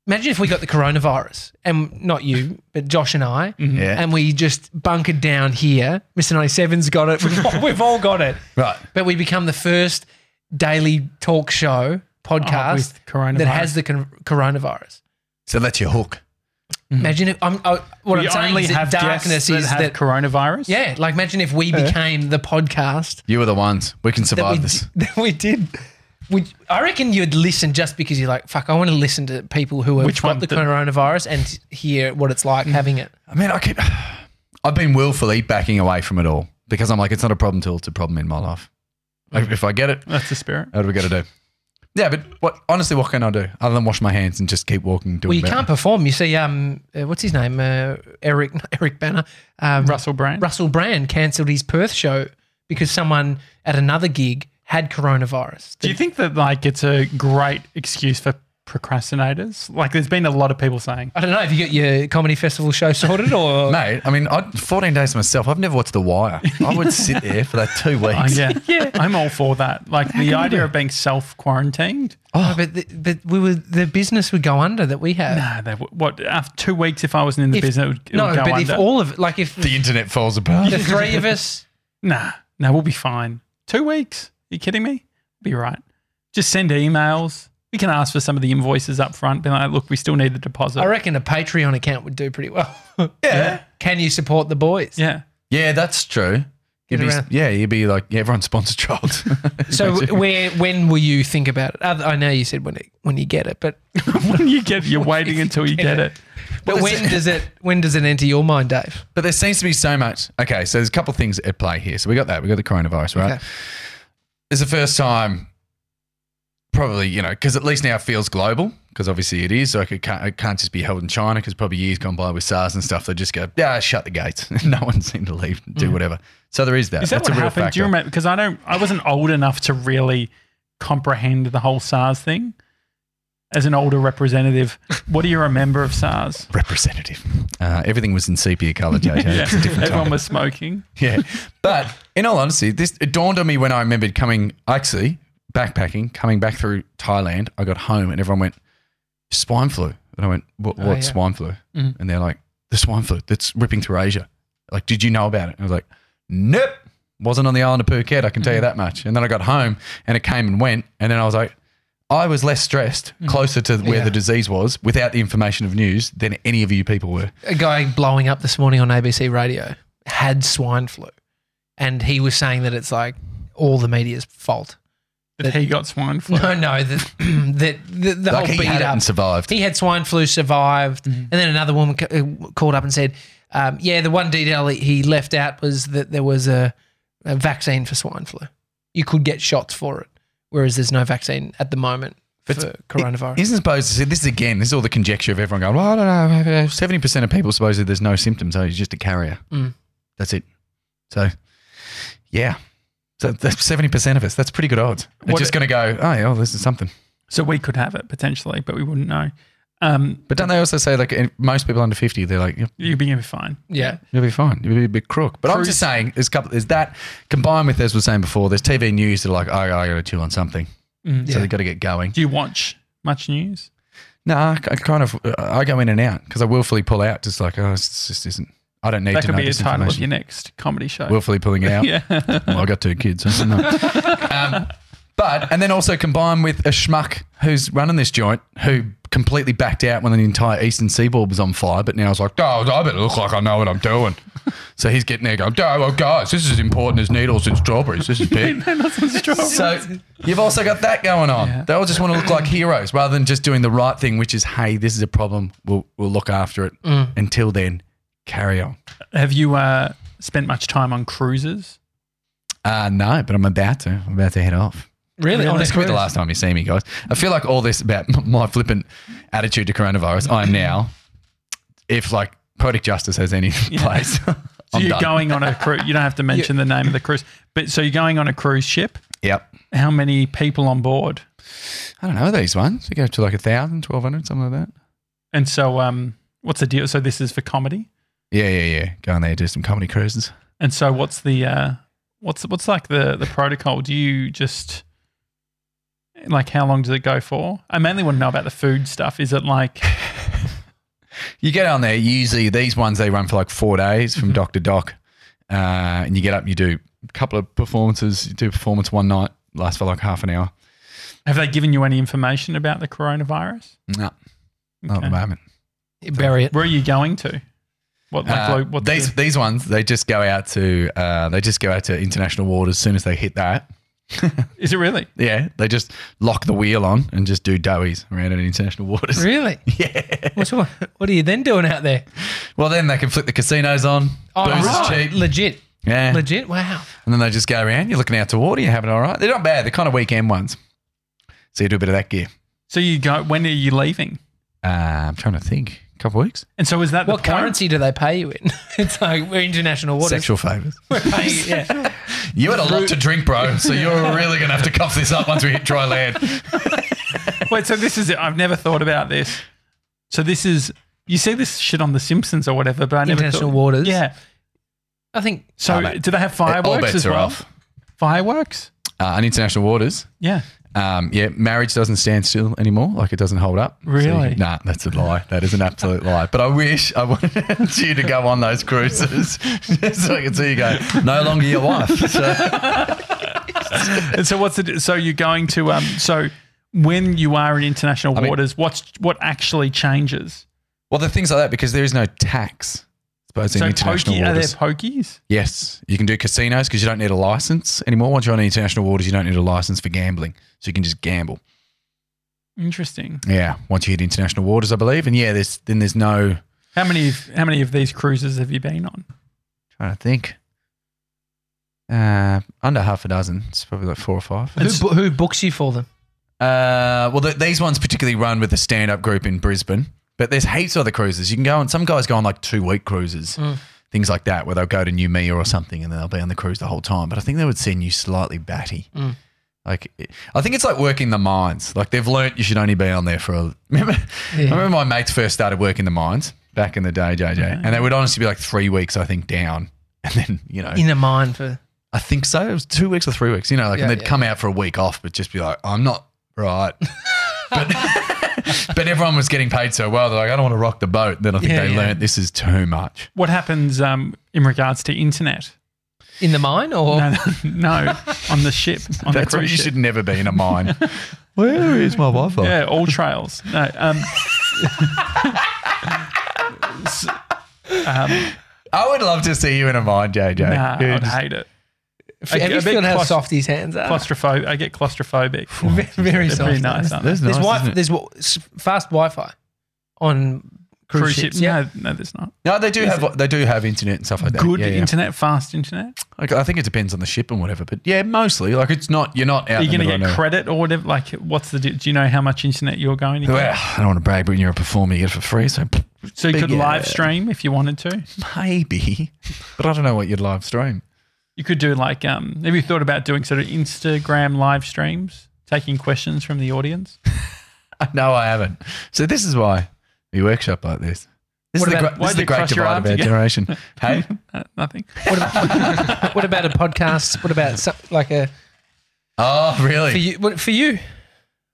imagine if we got the coronavirus, and not you, but Josh and I,
Yeah.
and we just bunkered down here. Mr. 97's got it. We've all, we've all got it.
Right.
But we become the first daily talk show
Oh,
podcast
with coronavirus.
that has the con- coronavirus.
So that's your hook.
Imagine if I'm, I, what
Mm-hmm. We
I'm saying
only
is that
have
darkness
guests that
is
have
that.
coronavirus.
yeah, like imagine if we became the podcast
You were the ones. We can
that
survive
we,
this.
[laughs] that we did. Would, I reckon you'd listen just because you're like, fuck, I want to listen to people who have
Which
got
one Hmm.
the
did-
coronavirus and hear what it's like having it.
I mean, I could. [sighs] I've been willfully backing away from it all because I'm like, it's not a problem till it's a problem in my life. Like, if I get it,
that's the spirit.
how do we got to do? Yeah, but what? Honestly, what can I do other than wash my hands and just keep walking? Doing
Well, you
better?
can't perform. You see, um, uh, what's his name? Uh, Eric [laughs] Eric Banner. Um,
Russell Brand.
Russell Brand cancelled his Perth show because someone at another gig had coronavirus.
Do you think that like it's a great excuse for procrastinators? Like, there's been a lot of people saying,
I don't know if you got your comedy festival show
[laughs]
sorted or
Mate, I mean, I, 14 days myself. I've never watched The Wire. I would sit there for that [laughs] two weeks.
oh, yeah,
[laughs]
I'm all for that." Like the idea of being self quarantined.
oh, but the, but we were the business would go under that we have.
Nah, they, what after two weeks if I wasn't in the
If-
business, it would, it
no,
would go
but if
under.
all of like if the,
The internet falls apart.
[laughs]
three of us,
nah, nah, we'll be fine. Two weeks? you kidding me? Be right. Just send emails. We can ask for some of the invoices up front. Be like, look, we still need a deposit.
I reckon a Patreon account would do pretty well. [laughs]
Yeah.
Can you support the boys?
yeah. [laughs]
Yeah, that's true.
Get
You'd be,
around.
yeah, you'd be like, yeah, everyone's sponsor child. [laughs]
So where when will you think about it? Other- I know you said when it, when you get it,
[laughs]
but
when you get,
[laughs]
you're waiting until you get it.
but when does it when does it enter your mind, Dave?
but there seems to be so much. Okay, so there's a couple of things at play here. So we got that. We got the coronavirus, right?
Okay.
It's the first time, probably, you know, because at least now it feels global, because obviously it is. Like it can't, it can't just be held in China, because probably years gone by with SARS and stuff, they just go, yeah, shut the gates. [laughs] no one seemed to leave, do whatever. So there is that.
Is that
That's
what
a real
happened? Do you
factor.
remember? Because I don't, I wasn't old enough to really comprehend the whole SARS thing. As an older representative, what do you remember of
[laughs]
SARS?
Representative. Uh, everything was in sepia colour, JJ.
Yeah,
It's a different time.
everyone was
[laughs]
smoking.
Yeah. But in all honesty, this it dawned on me when I remembered coming actually backpacking, coming back through Thailand, I got home and everyone went, swine flu. And I went, what,
Oh,
what
yeah. Mm-hmm.
swine flu?
Mhm.
And they're like, the swine flu that's ripping through Asia. Like, did you know about it? And I was like, nope. Wasn't on the island of Phuket, I
Mm-hmm.
can tell you that much. And then I got home and it came and went. And then I was like, I was less stressed, closer to where
Mm-hmm. Yeah.
the disease was, without the information of news than any of you people were.
a guy blowing up this morning on ABC radio had swine flu, and he was saying that it's like all the media's fault. [laughs]
That he got swine flu.
No, no, that [clears throat] that the, the
Like,
whole
he
beat
had it
up.
and survived.
He had swine flu, survived, and then another woman ca- uh, called up and said, um, "Yeah, the one detail he- he left out was that there was a, a vaccine for swine flu. You could get shots for it, whereas there's no vaccine at the moment for coronavirus."
Isn't supposed to see this is again, this is all the conjecture of everyone going, well, I don't know. 70% of people supposedly there's no symptoms, so he's just a carrier.
Mm.
That's it. So, yeah. So that's 70% of us. That's pretty good odds. They're
What-
just going to go, oh, yeah, well, this is something.
So we could have it potentially, but we wouldn't know. Um,
But don't they also say, like, in- most people under 50, they're like, "Yep,
you'd be fine.
yeah.
you'll be fine. You'll be a bit crook. But I'm just saying, there's, a couple, there's that combined with, as we were saying before, there's TV news that are like, oh, I got to chill on something.
Mm.
So they've got to get going.
Do you watch much news?
Nah, I kind of, uh, I go in and out because I willfully pull out, just like, oh, this just isn't, I don't need
That
to
could
know
be a
this
title of
information.
your next comedy show.
willfully pulling it out.
yeah.
Well, I got two kids. I don't know. um, but and then also combined with a schmuck who's running this joint who completely backed out when the entire eastern seaboard was on fire, but now it's like, oh, I better look like I know what I'm doing. So he's getting there going, oh, well, guys, this is as important as needles and strawberries. This is big. so you've also got that going on. They all just want to look like heroes rather than just doing the right thing, which is, hey, this is a problem. We'll, we'll look after it. Until then, carry on.
Have you uh, spent much time on cruises?
Uh, no, but I'm about to. I'm about to head off.
Really?
Oh,
On a
this could be the
cruise?
last time you see me, guys. I feel like all this about my flippant attitude to coronavirus. [laughs] I am now, if like poetic justice has any place, [laughs]
So
I'm
you're
done.
going on a cruise. You don't
[laughs]
have to mention the name of the cruise, but so you're going on a cruise ship.
Yep.
How many people on board?
I don't know these ones. You go to like a thousand, twelve hundred, something like that.
And so, um, what's the deal? So this is for comedy.
Yeah, yeah, yeah. Go on there, do some comedy cruises.
And so, what's the uh, what's what's like the the protocol? Do you just like how long does it go for? I mainly want to know about the food stuff. Is it like
You get on there. Usually these ones they run for like four days from dock to dock, uh, and you get up, and you do a couple of performances. You do a performance one night, lasts for like half an hour.
have they given you any information about the coronavirus?
No, not at
Okay.
the moment.
Bury it.
Where are you going to? What like
Uh,
lo- what
these
the-
these ones they just go out to uh, they just go out to international waters as soon as they hit that.
is it really?
Yeah, they just lock the wheel on and just do doughies around in international waters.
Really?
Yeah.
What's, what, what are you then doing out there?
Well, then they can flick the casinos on. booze
Oh, right.
is cheap.
Legit.
Yeah.
Legit. Wow.
And then they just go around. You're looking out to water. You're having it all right. They're not bad. They're kind of weekend ones. So you do a bit of that gear.
So you go. When are you leaving?
Uh, I'm trying to think. A couple of weeks.
And so is that
What
the point?
currency do they pay you in? [laughs] it's like we're international waters. [laughs]
Sexual favors.
We're paying you, yeah.
You had a lot to drink, bro. So you're
[laughs]
really going to have to cough this up once we hit dry land.
Wait, so this is it. I've never thought about this. So this is you see this shit on The Simpsons or whatever, but I never
International
thought,
waters.
Yeah.
I think
So
Oh, mate.
do they have
all
fireworks
bets
as
are
well?
off.
Fireworks?
Uh, and international waters.
Yeah.
Um, yeah, marriage doesn't stand still anymore. Like it doesn't hold up. So you-
Really?
nah, that's a lie. That is an absolute lie. But I wish I [laughs] wanted you to go on those cruises [laughs] so I could see you go. No longer your wife. [laughs] So,
And so what's the so you're going to um so when you are in international
mean-
waters, what's what actually changes?
well, the things like that because there is no tax. Suppose in
So
international
pokey, are there
waters.
pokies?
yes, you can do casinos because you don't need a license anymore. Once you're on international waters, you don't need a license for gambling, so you can just gamble.
Interesting.
Yeah, once you hit international waters, I believe, and yeah, there's then there's no
How many of- how many of these cruises have you been on?
Trying to think. Uh, under half a dozen. It's probably like four or five.
who, bo- who books you for them?
Uh, well, th- these ones particularly run with a stand-up group in Brisbane, but there's heaps of other cruises. You can go on. Some guys go on like two-week cruises, things like that, where they'll go to New Mia or something, and then they'll be on the cruise the whole time. But I think they would send you slightly batty. Like, it- I think it's like working the mines. Like they've learnt you should only be on there for a. [laughs] Remember, I remember my mates first started working the mines back [laughs] in the day, JJ, and they would honestly be like three weeks, I think, down, and then you know
In the mine for
I think so. It was two weeks or three weeks, you know, like, and
Yeah,
they'd
yeah,
come out for a week off, but just be like, I'm not right. [laughs] but, but everyone was getting paid so well. They're like, I don't want to rock the boat. Then I think
Yeah,
they
yeah.
learnt this is too much.
What happens um, in regards to internet?
in the mine or
No, [laughs] no, no, on the ship. On
That's
the
where
cruise
you
ship.
should never be in a mine. Where is my Wi-Fi?
Yeah, all trails. No, um,
[laughs] I would love to see you in a mine, JJ.
nah,
Yeah,
I'd
just-
hate it. I
have
get
you
a bit
feel how
claustro-
soft his hands are?
Claustrophobic. I get claustrophobic. [laughs]
[laughs] Very, very
They're
soft.
pretty nice, aren't they?
That's
There's
nice,
wi-
isn't it?
there's wa- s- fast Wi-Fi on cruise,
Cruise
ships.
ships.
Yeah,
No, no, there's not.
No, they do have they do have internet and stuff like that.
Good
Yeah, yeah.
internet, fast internet.
Like, I think it depends on the ship and whatever, but yeah, mostly like it's not you're not out.
Are you
in the
going to
middle
get
of
credit or whatever? Like, what's the? Do do you know how much internet you're going to get?
nowhere. Well, I don't want to brag, but when you're a performer, you get it for free. So
So you could
yeah.
live stream if you wanted to.
maybe, [laughs] but I don't know what you'd live stream.
You could do like, um, have you thought about doing sort of Instagram live streams, taking questions from the audience?
[laughs] No, I haven't. So this is why we workshop like this. This
What
is,
about-
the,
why'd
gre- this is the
you
great
cross your
divide of
arms
our
again?
generation.
[laughs]
hey,
Uh, nothing.
What about, what about a podcast?
[laughs]
What about some, like a
oh
for
really?
you? What, for you,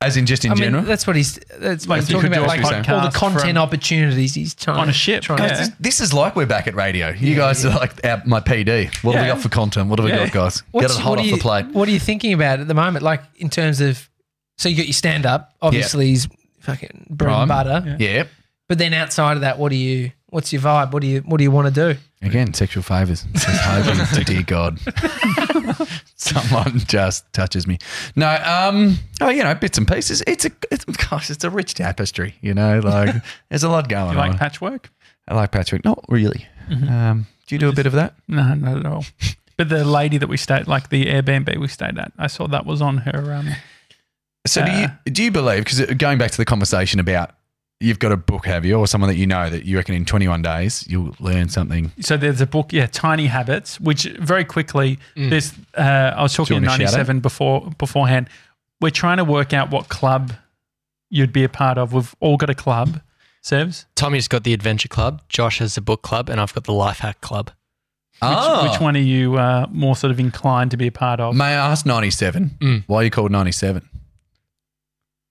As in just in
I
general.
mean, that's what he's that's
Like
what
you
he's talking
could do
about.
a
Like all the
podcast
content
from-
opportunities he's trying
On a ship,
Trying
yeah.
to,
Guys, this, this is like we're back at radio. You guys are like our, my PD. What have we
Yeah.
got for content? What have we
Yeah.
got, guys?
What's-
Get it hot
what are
off
you,
the plate.
What are you thinking about at the moment? Like in terms of, so you got your stand up. Obviously, he's fucking bread
Prime.
and butter.
Yeah.
But then outside of that, what do you? What's your vibe? What do you? What do you want to do?
Again, sexual favors. Says Hogan,
[laughs]
dear God. [laughs] Someone just touches me. No, um, oh, you know, bits and pieces. It's a, it's, gosh, it's a rich tapestry, you know,
[laughs]
like there's a lot going
You like Mm-hmm.
on.
patchwork?
I like Patrick. Not really. Um, do you do a bit of that?
No, not at all. But the lady that we stayed, like the Airbnb we stayed at, I saw that was on her. Um,
So
Uh,
do you do you believe? Because going back to the conversation about you've got a book, have you, or someone that you know that you reckon in 21 days you'll learn something.
so there's a book, yeah, Tiny Habits, which very quickly
Mm.
there's. Uh, I was talking in
want to shout
'97 before beforehand. We're trying to work out what club you'd be a part of. We've all got a club, Sevs.
Tommy's got the adventure club, Josh has the book club, and I've got the life hack club.
Ah.
Which, which one are you uh, more sort of inclined to be a part of?
May I ask 97?
Mm.
Why are you called 97?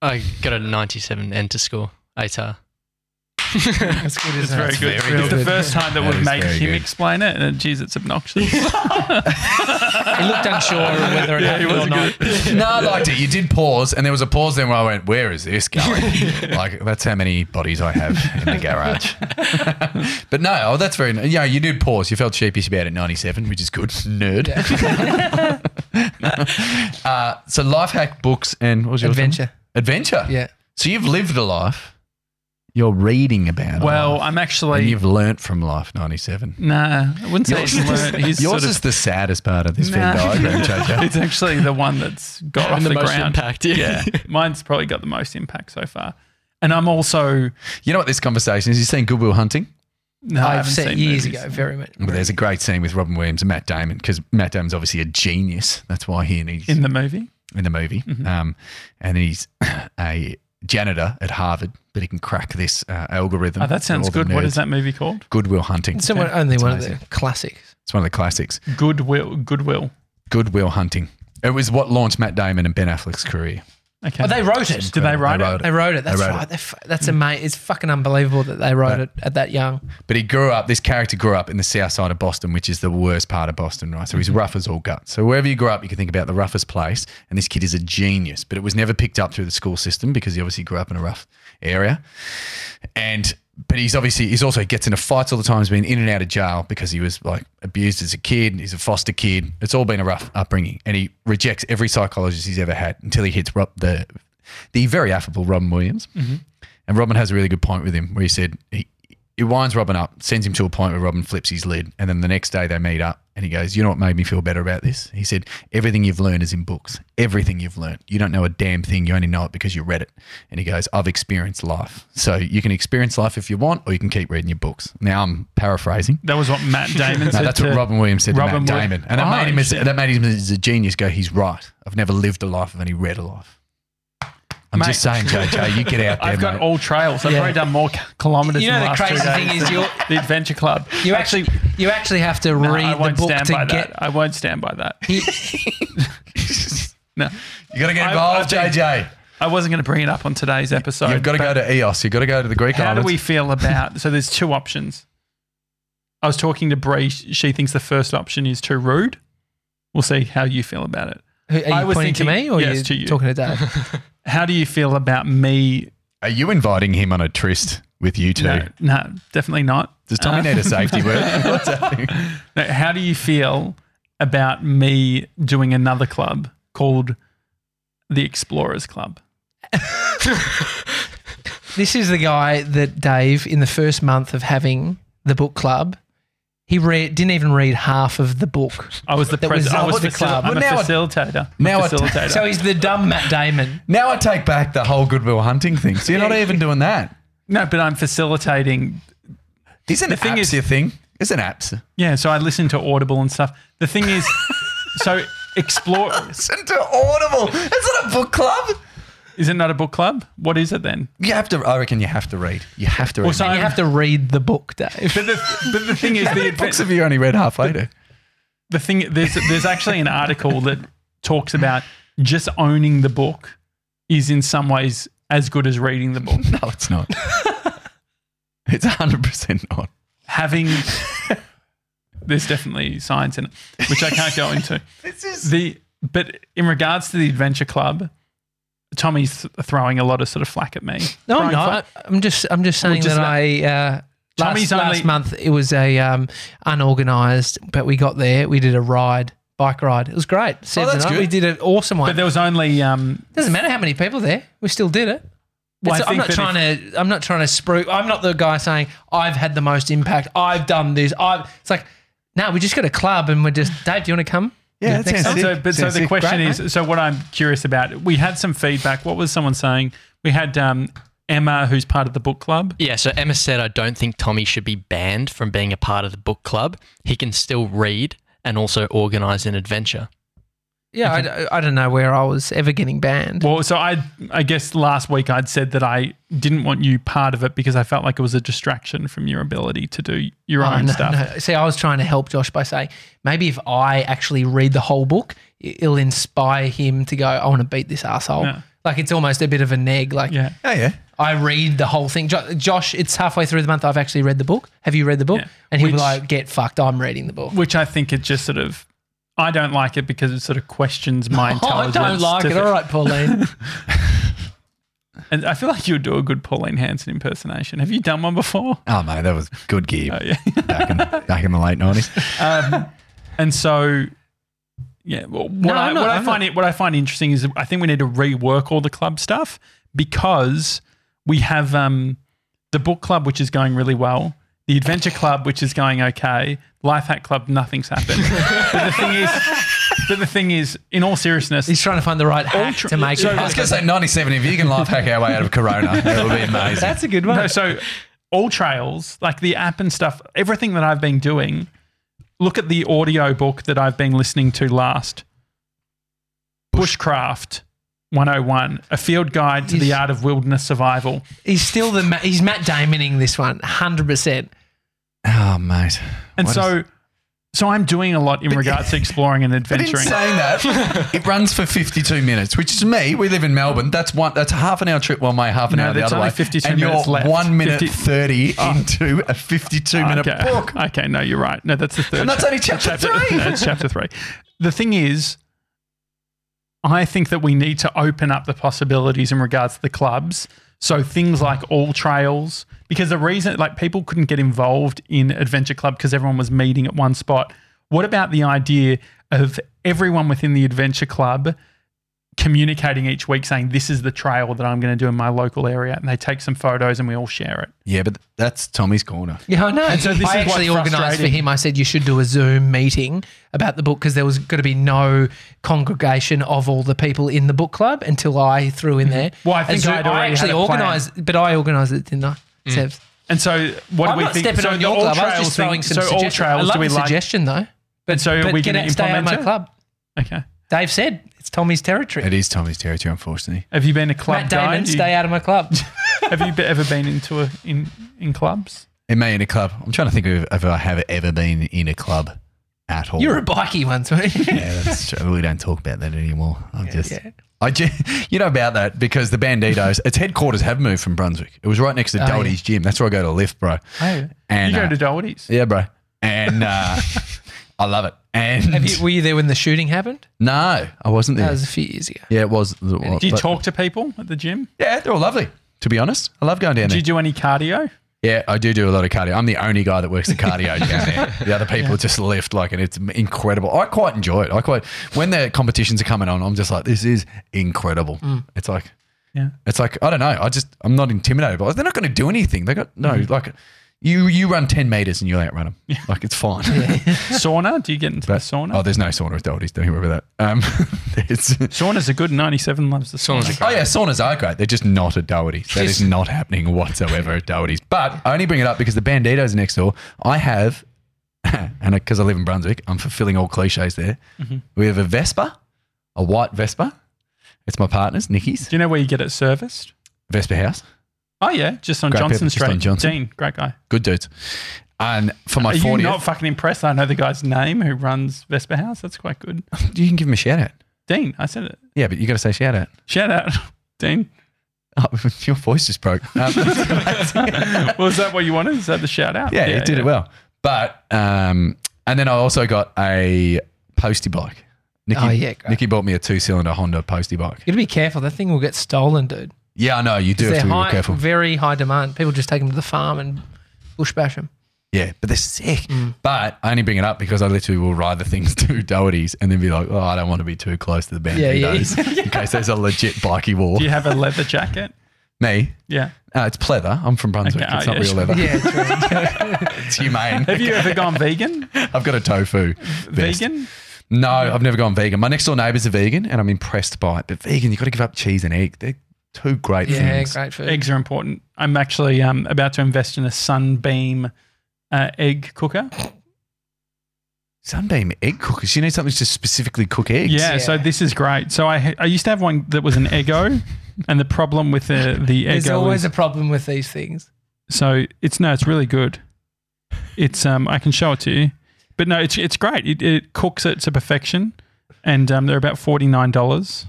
I got a 97 enter score,
[laughs]
ATAR.
That's good.
It's
Isn't
very
it?
good.
very
it's the
good.
first time that,
That
we've
is
made
very
him
good.
explain it, and geez, it's
[laughs]
obnoxious.
He looked unsure of whether it
Yeah, he
happened or
wasn't
not.
no, I liked it. You did pause, and there was a pause then where I went, "Where is this going?" like that's how many bodies I have in the garage. but no, oh, that's very. Yeah, you did pause. You felt sheepish about it. Ninety-seven, which is good, nerd. [laughs] uh, so life hack books and what was your
Adventure.
Adventure.
Yeah.
So you've lived a life. You're reading about. a
well,
life,
I'm
and
actually.
you've learnt from life. Ninety-seven.
Nah, I wouldn't say he's learned. He's
Yours
sort of
is the saddest part of this
Nah.
Venn diagram, JJ.
it's actually the one that's got off
And
the,
the, most
ground.
impact, yeah.
Mine's probably got the most impact so far. And I'm also
You know what this conversation is? You seen Goodwill Hunting?
no, I
I've
haven't
seen
seen
years
movies.
ago. Very much.
But there's a great scene with Robin Williams and Matt Damon because Matt Damon's obviously a genius. That's why he needs
in
in,
the Mm-hmm. movie.
the movie. Um, and he's [clears throat] a janitor at Harvard, but he can crack this uh, algorithm.
Oh, that sounds good. What is that movie called?
Goodwill Hunting.
It's someone, only
It's
one
amazing.
of the classics.
It's one of the classics.
Goodwill. Goodwill.
Goodwill Hunting. It was what launched Matt Damon and Ben Affleck's career.
Okay.
Oh, they wrote it.
Did they write
They
it?
wrote
They wrote it. That's
wrote
right. They f- That's amazing. It's fucking unbelievable that they wrote it at that young.
But he grew up, this character grew up in the south side of Boston, which is the worst part of Boston, right? So he's rough as all guts. So wherever you grew up, you can think about the roughest place. And this kid is a genius, but it was never picked up through the school system because he obviously grew up in a rough area. And, but he's obviously, he's also gets into fights all the time. He's been in and out of jail because he was like abused as a kid. He's a foster kid. It's all been a rough upbringing. And he rejects every psychologist he's ever had until he hits Rob, the, the very affable Robin Williams. And Robin has a really good point with him where he said he, he winds Robin up, sends him to a point where Robin flips his lid. And then the next day they meet up and he goes, You know what made me feel better about this? He said, Everything you've learned is in books. Everything you've learned. You don't know a damn thing. You only know it because you read it. And he goes, I've experienced life. So you can experience life if you want, or you can keep reading your books. Now I'm
[laughs]
paraphrasing.
That was what
[laughs]
Matt Damon said.
No, that's what
to-
Robin Williams said
uh, Robin
to Matt
Wi-
Damon. And that,
Oh,
made him as,
shit.
that made him as a genius go, He's right. I've never lived a life, I've only read a life. I'm
Mate.
just saying, JJ, you
[laughs]
get out there,
I've got
mate.
all trails. I've
Yeah.
probably done more ca- kilometers.
You know
in the,
the
last
crazy
two
thing
days
is
than
you're-
the adventure club.
You actually, you actually have to
No, I
read the
won't
book
stand by
to get.
that. I won't stand by that. no,
you got to get
I've-
involved,
I've been-
JJ.
I wasn't going to bring it up on today's episode.
You've got to
but
go to EOS. You've got to go to the Greek
How do
islands.
we feel about? So there's two options. I was talking to Bree. She thinks the first option is too rude. We'll see how you feel about it.
Who- Are you
I was
pointing to
thinking-
me or
yes,
you
to you.
talking to Dave?
How do you feel about me?
Are you inviting him on a tryst with you two?
No, Uh-huh. no, definitely not.
Does Tommy need a safety word?
[laughs]
What's happening?
No, how do you feel about me doing another club called the Explorers Club?
This is the guy that Dave, in the first month of having the book club, he read didn't even read half of the book.
I was the
That was-
president. I
oh,
was
what the
facil-
club.
I'm
Well,
a
now I-
facilitator. I'm
now I-
a facilitator.
So he's the dumb Matt Damon.
Now I take back the whole Goodwill hunting thing. So you're not even doing that.
no, but I'm facilitating.
Isn't
The thing
apps
is-
your thing? Isn't apps?
Yeah, so I listen to Audible and stuff. The thing
[laughs]
is, so explore
Listen to Audible. It's not a book club.
is it not a book club? What is it then?
You have to. I reckon you have to read. You have to read.
Well, so
You
I'm-
have to read the book, Dave.
But the, but the
[laughs]
thing is, the,
books
adve-
have you only read halfway
[laughs]
to?
the thing there's there's actually an article that talks about just owning the book is in some ways as good as reading the book.
No, it's not. it's hundred percent not.
Having [laughs] there's definitely science in it, which I can't go into.
This
[laughs]
is
The but in regards to the adventure club, Tommy's th- throwing a lot of sort of flack at me.
No, I'm
Throwing
not. I'm just, I'm just saying
just
that
let-
I. Uh,
Tommy's
last,
only-
last month it was a um, unorganized, but we got there. We did a ride, bike ride. It was great. Sebs and
that's
I,
good.
We did an awesome
Oh, But
one.
there was only um,
Doesn't matter how many people there. We still did it.
Well,
It's-
I
I'm
think
not
that
trying to. I'm not trying to sprue. I'm not the guy saying I've had the most impact. I've done this. I've. It's like, no, we just got a club and
[laughs]
we're just. Dave, do you want to come?
yeah. That
Next
sounds
time.
And so,
sick.
but so
Sounds
the
sick.
question
Great,
is, so what I'm curious about, we had some feedback. What was someone saying? We had um, Emma, woo's part of the book club.
Yeah, so Emma said, I don't think Tommy should be banned from being a part of the book club. He can still read and also organize an adventure.
Yeah, I, d- I don't know where I was ever getting banned.
Well, so I, I guess last week I'd said that I didn't want you part of it because I felt like it was a distraction from your ability to do your
Oh,
own
no,
stuff.
no. See, I was trying to help Josh by saying maybe if I actually read the whole book, it- it'll inspire him to go. I want to beat this asshole.
Yeah.
Like it's almost a bit of a neg. Like
Yeah.
Oh yeah.
I read the whole thing. Jo- Josh, it's halfway through the month. I've actually read the book. Have you read the book?
Yeah.
And he'll be
Which-
like, get fucked. I'm reading the book.
Which I think it just sort of, I don't like it because it sort of questions my
[laughs] Oh, I
intelligence.
don't like
to
it.
the-
All right,
[laughs]
Pauline.
And I feel like you would do a good Pauline Hanson impersonation. Have you done one before?
Oh mate, that was good gear
Oh, yeah.
back in back in the late nineties.
um, and so yeah well, what,
No,
I,
I'm not-
what I
I'm
find it, what I find interesting is I think we need to rework all the club stuff because we have um, the book club which is going really well the adventure club which is going okay life hack club nothing's
[laughs]
happened but the thing is but the thing is in all seriousness
He's trying to find the right hack
Ultra-
to make
so-
it.
I was going to say ninety-seven. If you can life hack our way out of Corona, that would be amazing.
That's a good one.
no, so all trails like the app and stuff everything that I've been doing look at the audio book that I've been listening to last Bushcraft 101, a field guide to the
Yes.
art of wilderness survival.
he's still the Ma- he's Matt Damoning this one, hundred percent.
oh mate.
And
What
so so I'm doing a lot in regards
[laughs]
to exploring and
But in
adventuring.
saying that, it runs for 52 minutes, which is me. We live in Melbourne. That's one. That's a half an hour trip one way, half an
No,
hour the
that's
other
only
way.
52
and
minutes
you're
left.
one minute
50
thirty into a 52 minute
okay.
book.
Okay, no, you're right. No, that's the third.
And that's
chap-
only chapter three.
That's chapter three. The thing is, I think that we need to open up the possibilities in regards to the clubs. So things like all trails, because the reason like people couldn't get involved in adventure club because everyone was meeting at one spot. What about the idea of everyone within the adventure club? communicating each week saying this is the trail that I'm going to do in my local area and they take some photos and we all share it.
Yeah, but that's Tommy's corner.
Yeah, I know.
so this
I
is what's
actually organised for
frustrating.
him. I said you should do a Zoom meeting about the book because there was going to be no congregation of all the people in the book club until I threw in there.
Mm-hmm. Well, I think
And Zoom-
I'd already
actually
had a plan.
organised, but I organised it, didn't I? Sebs?
And so, what
I'm
do we
not
think?
stepping
so
on
the
your
all
club. I was
trails
just throwing
thing-
some
so all
suggestions.
trails
I love
do we
the
like?
suggestion though. But,
so are
but
we
get
gonna
out- stay out of
implement
my
it?
club.
Okay.
Dave said it's Tommy's territory.
It is Tommy's territory, unfortunately.
Have you been a club
Matt Damon,
guy? Do you-
stay out of
[laughs]
my club.
have you be- ever been into a in in clubs?
It may in a club. I'm trying to think of if I have ever been in a club at all.
you were a bikey once,
[laughs]
weren't you?
yeah, that's true. We don't talk about that anymore. I'm just,
yeah.
I ju- you know about that because the Bandidos, its headquarters have moved from Brunswick. It was right next to
Oh, yeah.
Doherty's gym. That's where I go to lift, bro.
Oh,
[laughs] And
you
uh,
go to Doherty's.
yeah, bro. And uh, [laughs] I love it. And
Have you? Were you there when the shooting happened?
[laughs] no, I wasn't there.
That was a few years ago.
yeah, it was. Do
Do you talk to people at the gym?
Yeah, they're all lovely. To be honest, I love going down
Do
there.
you do any cardio?
Yeah, I do do a lot of cardio. I'm the only guy that works the cardio down there. The other people just lift like, and it's incredible. I quite enjoy it. I quite when the competitions are coming on, I'm just like, this is incredible. It's like,
Yeah.
it's like I don't know. I just I'm not intimidated. But they're not going to do anything. They got no like, you you run ten meters and you outrun them. Like it's fine.
[laughs] Sauna? Do you get into
But-
the sauna?
Oh, there's no sauna with Doherty's. Don't you worry about that. Um, [laughs] it's,
Sauna's a good 97 loves the sauna.
Saunas are
Oh yeah, saunas are great. They're just not at Doherty's. That is not happening whatsoever at Doherty's. But I only bring it up because the Banditos are next door. I have, [laughs] and because I live in Brunswick, I'm fulfilling all cliches there.
Mm-hmm.
We have a Vespa, a white Vespa. It's my partner's, Nikki's
Do you know where you get it serviced?
Vespa house.
Oh yeah, just on
Great
Johnson
people, just
Street.
on Johnson.
Dean, great guy.
Good dudes. And for my
Are you not
40th,
fucking impressed? that I know the guy's name who runs Vespa House. That's quite good.
you can give him a shout out.
Dean, I said it.
Yeah, but you got to say shout out.
Shout out, [laughs] Dean.
[laughs] Oh, [laughs] your voice just broke. Um,
Well, is that what you wanted? Is that the shout out?
yeah, it did it well. But um, and then I also got a postie bike. Nikki,
Oh, yeah, great.
Nikki bought me a two-cylinder Honda postie bike.
You gotta be careful. That thing will get stolen, dude.
Yeah, I know you do have
They're
to be real
high,
careful.
very high demand. People just take them to the farm and bush bash them.
Yeah, but they're sick. But I only bring it up because I literally will ride the things [laughs] to Doherty's and then be like, oh, I don't want to be too close to the
Yeah, yeah,
banditos in case there's a legit bikey war.
Do you have a leather jacket?
Me,
Yeah.
uh, it's pleather. I'm from Brunswick.
Okay,
it's
oh,
not
yeah,
real
sure.
leather.
Yeah,
It's humane.
Have you ever gone vegan?
I've got a tofu. vest.
Vegan?
No, I've never gone vegan. My next door neighbours are vegan, and I'm impressed by it. But vegan, you got to give up cheese and egg. They're two
[laughs]
great
yeah,
things.
great food.
Eggs are important. I'm actually um, about to invest in a sunbeam uh, egg cooker.
Sunbeam egg cookers. You need something to specifically cook eggs.
Yeah, so
Yeah.
this is great. So I I used to have one that was an
[laughs]
Eggo, and the problem with the the
There's
Eggo
always
is,
a problem with these things.
so it's no, it's really good. It's um I can show it to you, but no, it's it's great. It, it cooks it to perfection, and um they're about forty nine dollars.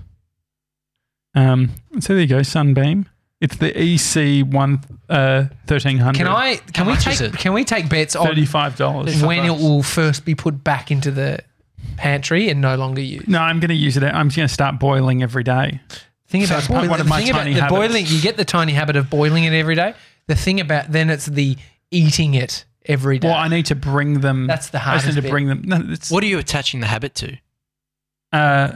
Um, so there you go, Sunbeam. It's the EC one uh thirteen hundred.
Can I? Can we
much is
take?
it?
Can we take bets on
Thirty five dollars.
when it will first be put back into the pantry and no longer used?
No, I'm going to use it. I'm just going to start boiling every day.
Think
So
about
it's part-
boiling.
one of
the
my
thing about
tiny
the
habits.
boiling. You get the tiny habit of boiling it every day. The thing about then it's the eating it every day.
Well, I need to bring them.
That's the
I just
hardest
need to
bit.
bring them. No, it's
What are you attaching the habit to?
Uh,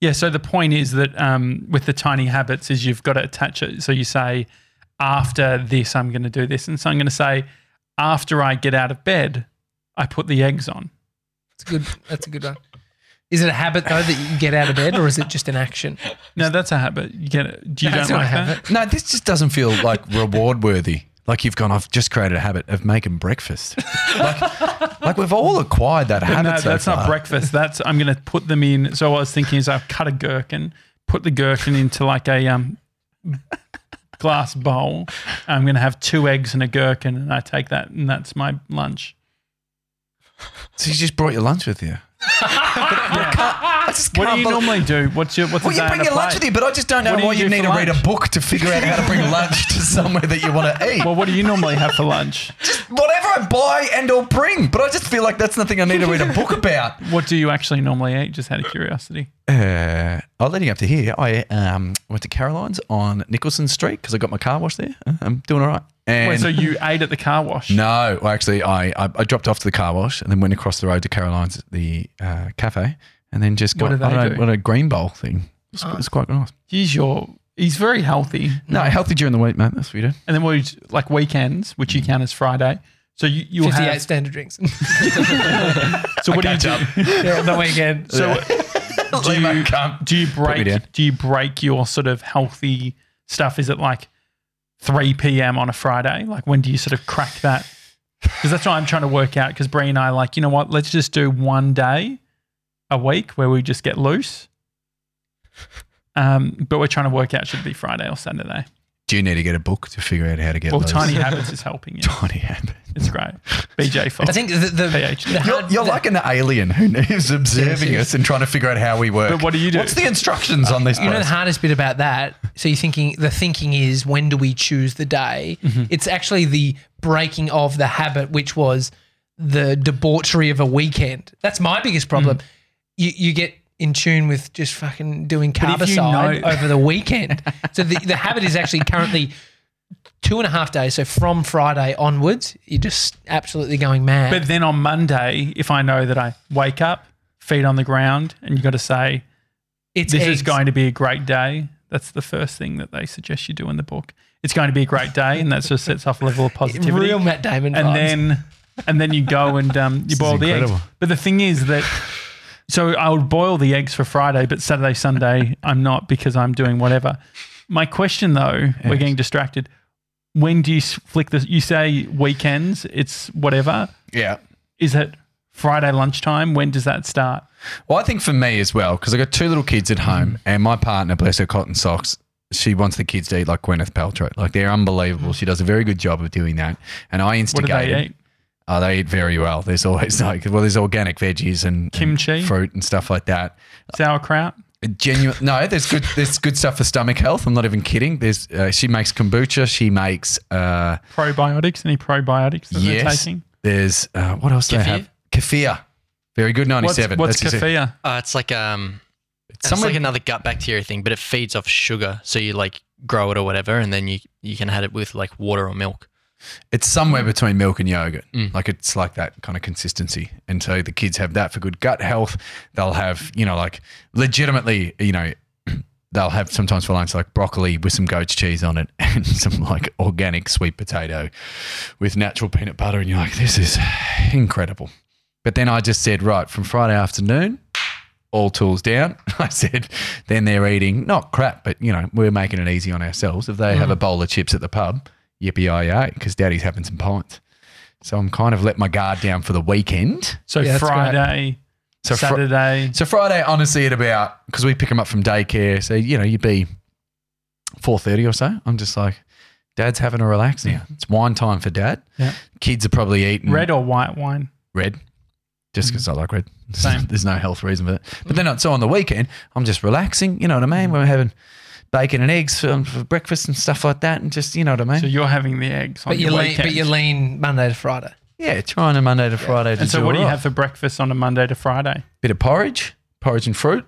yeah. So the point is that um, with the tiny habits, is you've got to attach it. So you say, after this, I'm going to do this, and so I'm going to say, after I get out of bed, I put the eggs on.
That's a good. That's a good one. Is it a habit though that you get out of bed, or is it just an action?
No, that's a habit. You get it. You
That's
don't
not a
like that.
habit.
No, this just doesn't feel like reward worthy. Like you've gone, I've just created a habit of making breakfast. [laughs] like, like we've all acquired that habit.
no,
so
that's not
far.
breakfast. That's I'm going to put them in. So what I was thinking is I cut a gherkin, put the gherkin into like a um, glass bowl. I'm going to have two eggs and a gherkin, and I take that, and that's my lunch.
So you just brought your lunch
[laughs]
with you. I just
What
can't
do you
bel-
normally do? What's your what's
Well,
a
you
day
bring
on a
your lunch
plate?
with you, but I just don't know
What do you
why you
do
need
for
to read a
lunch?
book to figure out how to bring [laughs] lunch to somewhere that you want to eat.
Well, what do you normally have for lunch?
whatever I buy and or bring. But I just feel like that's nothing I need to read a book about.
What do you actually normally eat? Just out of curiosity.
[laughs] Uh, oh, leading up to here, I um, went to Caroline's on Nicholson Street because I got my car washed there. Uh, I'm doing all right. And
Wait, so you ate at the car wash?
no, well, actually, I, I I dropped off to the car wash and then went across the road to Caroline's the uh, cafe and then just
What
got
do they
I don't know,
do? Oh.
what a green bowl thing. It's, it's quite nice.
He's your. He's very healthy.
No, healthy during the week, mate. That's what you do.
And then we like weekends, which
Mm.
you count as Friday. So you you
Fifty-eight
have.
standard drinks. [laughs]
So what do you do?
yeah, on the weekend.
So
[laughs]
do you do you
down.
break do you break your sort of healthy stuff? Is it like three p.m. on a Friday? Like when do you sort of crack that? Because that's what I'm trying to work out. Because Bree and I are like, you know what? Let's just do one day a week where we just get loose, Um, but we're trying to work out should it be Friday or Saturday.
Do you need to get a book to figure out how to get
Well,
loads?
Tiny Habits is
[laughs]
helping you.
Tiny habit.
It's great. BJ Fox.
I think the, the,
PhD.
the
You're,
hard,
you're
the-
like an alien who is observing
yes.
us and trying to figure out how we work.
But what do you do?
What's the instructions on this?
you know the
place?
hardest bit about that. So you're thinking the thinking is when do we choose the day?
Mm-hmm.
It's actually the breaking of the habit, which was the debauchery of a weekend. That's my biggest
Mm.
problem. You you get in tune with just fucking doing
But if you
carbicide
know-
over the weekend. so the, the habit is actually currently two and a half days. So from Friday onwards, you're just absolutely going mad.
But then on Monday, if I know that I wake up, feet on the ground, and you got to say,
it's
this
eggs.
is going to be a great day. That's the first thing that they suggest you do in the book. It's going to be a great day, and that just sets off a level of positivity.
[laughs] real Matt Damon.
and
vibes.
then and then you go and um, you boil the eggs.
incredible.
But the thing is that so I would boil the eggs for Friday, but Saturday, Sunday, I'm not because I'm doing whatever. My question though, we're getting distracted. When do you s- flick this? You say weekends, it's whatever.
yeah.
Is it Friday lunchtime? When does that start?
Well, I think for me as well, because I got two little kids at home, and my partner, bless her cotton socks, she wants the kids to eat like Gwyneth Paltrow. Like they're unbelievable. She does a very good job of doing that. And I
What do
instigated.
they eat?
Oh, they eat very well. There's always like, well, there's organic veggies and and
Kimchi?
fruit and stuff like that.
Sauerkraut?
Genuine. No, there's good. There's good stuff for stomach health. I'm not even kidding. There's. Uh, she makes kombucha. She makes. Uh,
Probiotics? Any probiotics that they're
yes.
taking?
There's. Uh, what else do they
Kefir?
have? Kefir. Very good.
What's,
Ninety-seven.
what's
That's his-
kefir?
Uh, it's like um, it's
somewhere-
like another gut bacteria thing, but it feeds off sugar. So you like grow it or whatever, and then you you can have it with like water or milk.
It's somewhere between milk and yogurt.
Mm.
Like it's like that kind of consistency. And so the kids have that for good gut health. They'll have, you know, like legitimately, you know, [clears throat] they'll have sometimes for lunch like broccoli with some goat's cheese on it [laughs] and some like organic sweet potato with natural peanut butter. And you're like, this is incredible. But then I just said, right, from Friday afternoon, all tools down. [laughs] I said, then they're eating not crap, but you know, we're making it easy on ourselves. If they have
Mm.
a bowl of chips at the pub, yippee yi because daddy's having some pints. So I'm kind of let my guard down for the weekend.
So
Yeah, that's great.
Friday,
So fr-
Saturday.
so Friday, honestly, at about because we pick them up from daycare, so you know you'd be four thirty or so. I'm just like, Dad's having a relax now. It's wine time for Dad.
Yeah.
Kids are probably eating
Red or white wine?
red, just because I like red.
Mm-hmm.
[laughs]
Same. Mm.
There's no health reason for that. But then, so on the weekend, I'm just relaxing. You know what I mean? We're having bacon and eggs for, for breakfast and stuff like that, and just you know what I mean?
So you're having the eggs on
but you
your
lean,
weekend.
but you lean Monday to Friday.
yeah, trying a Monday to Friday. To
and so
do
what do you
all right.
have for breakfast on a Monday to Friday?
Bit of porridge, porridge and fruit.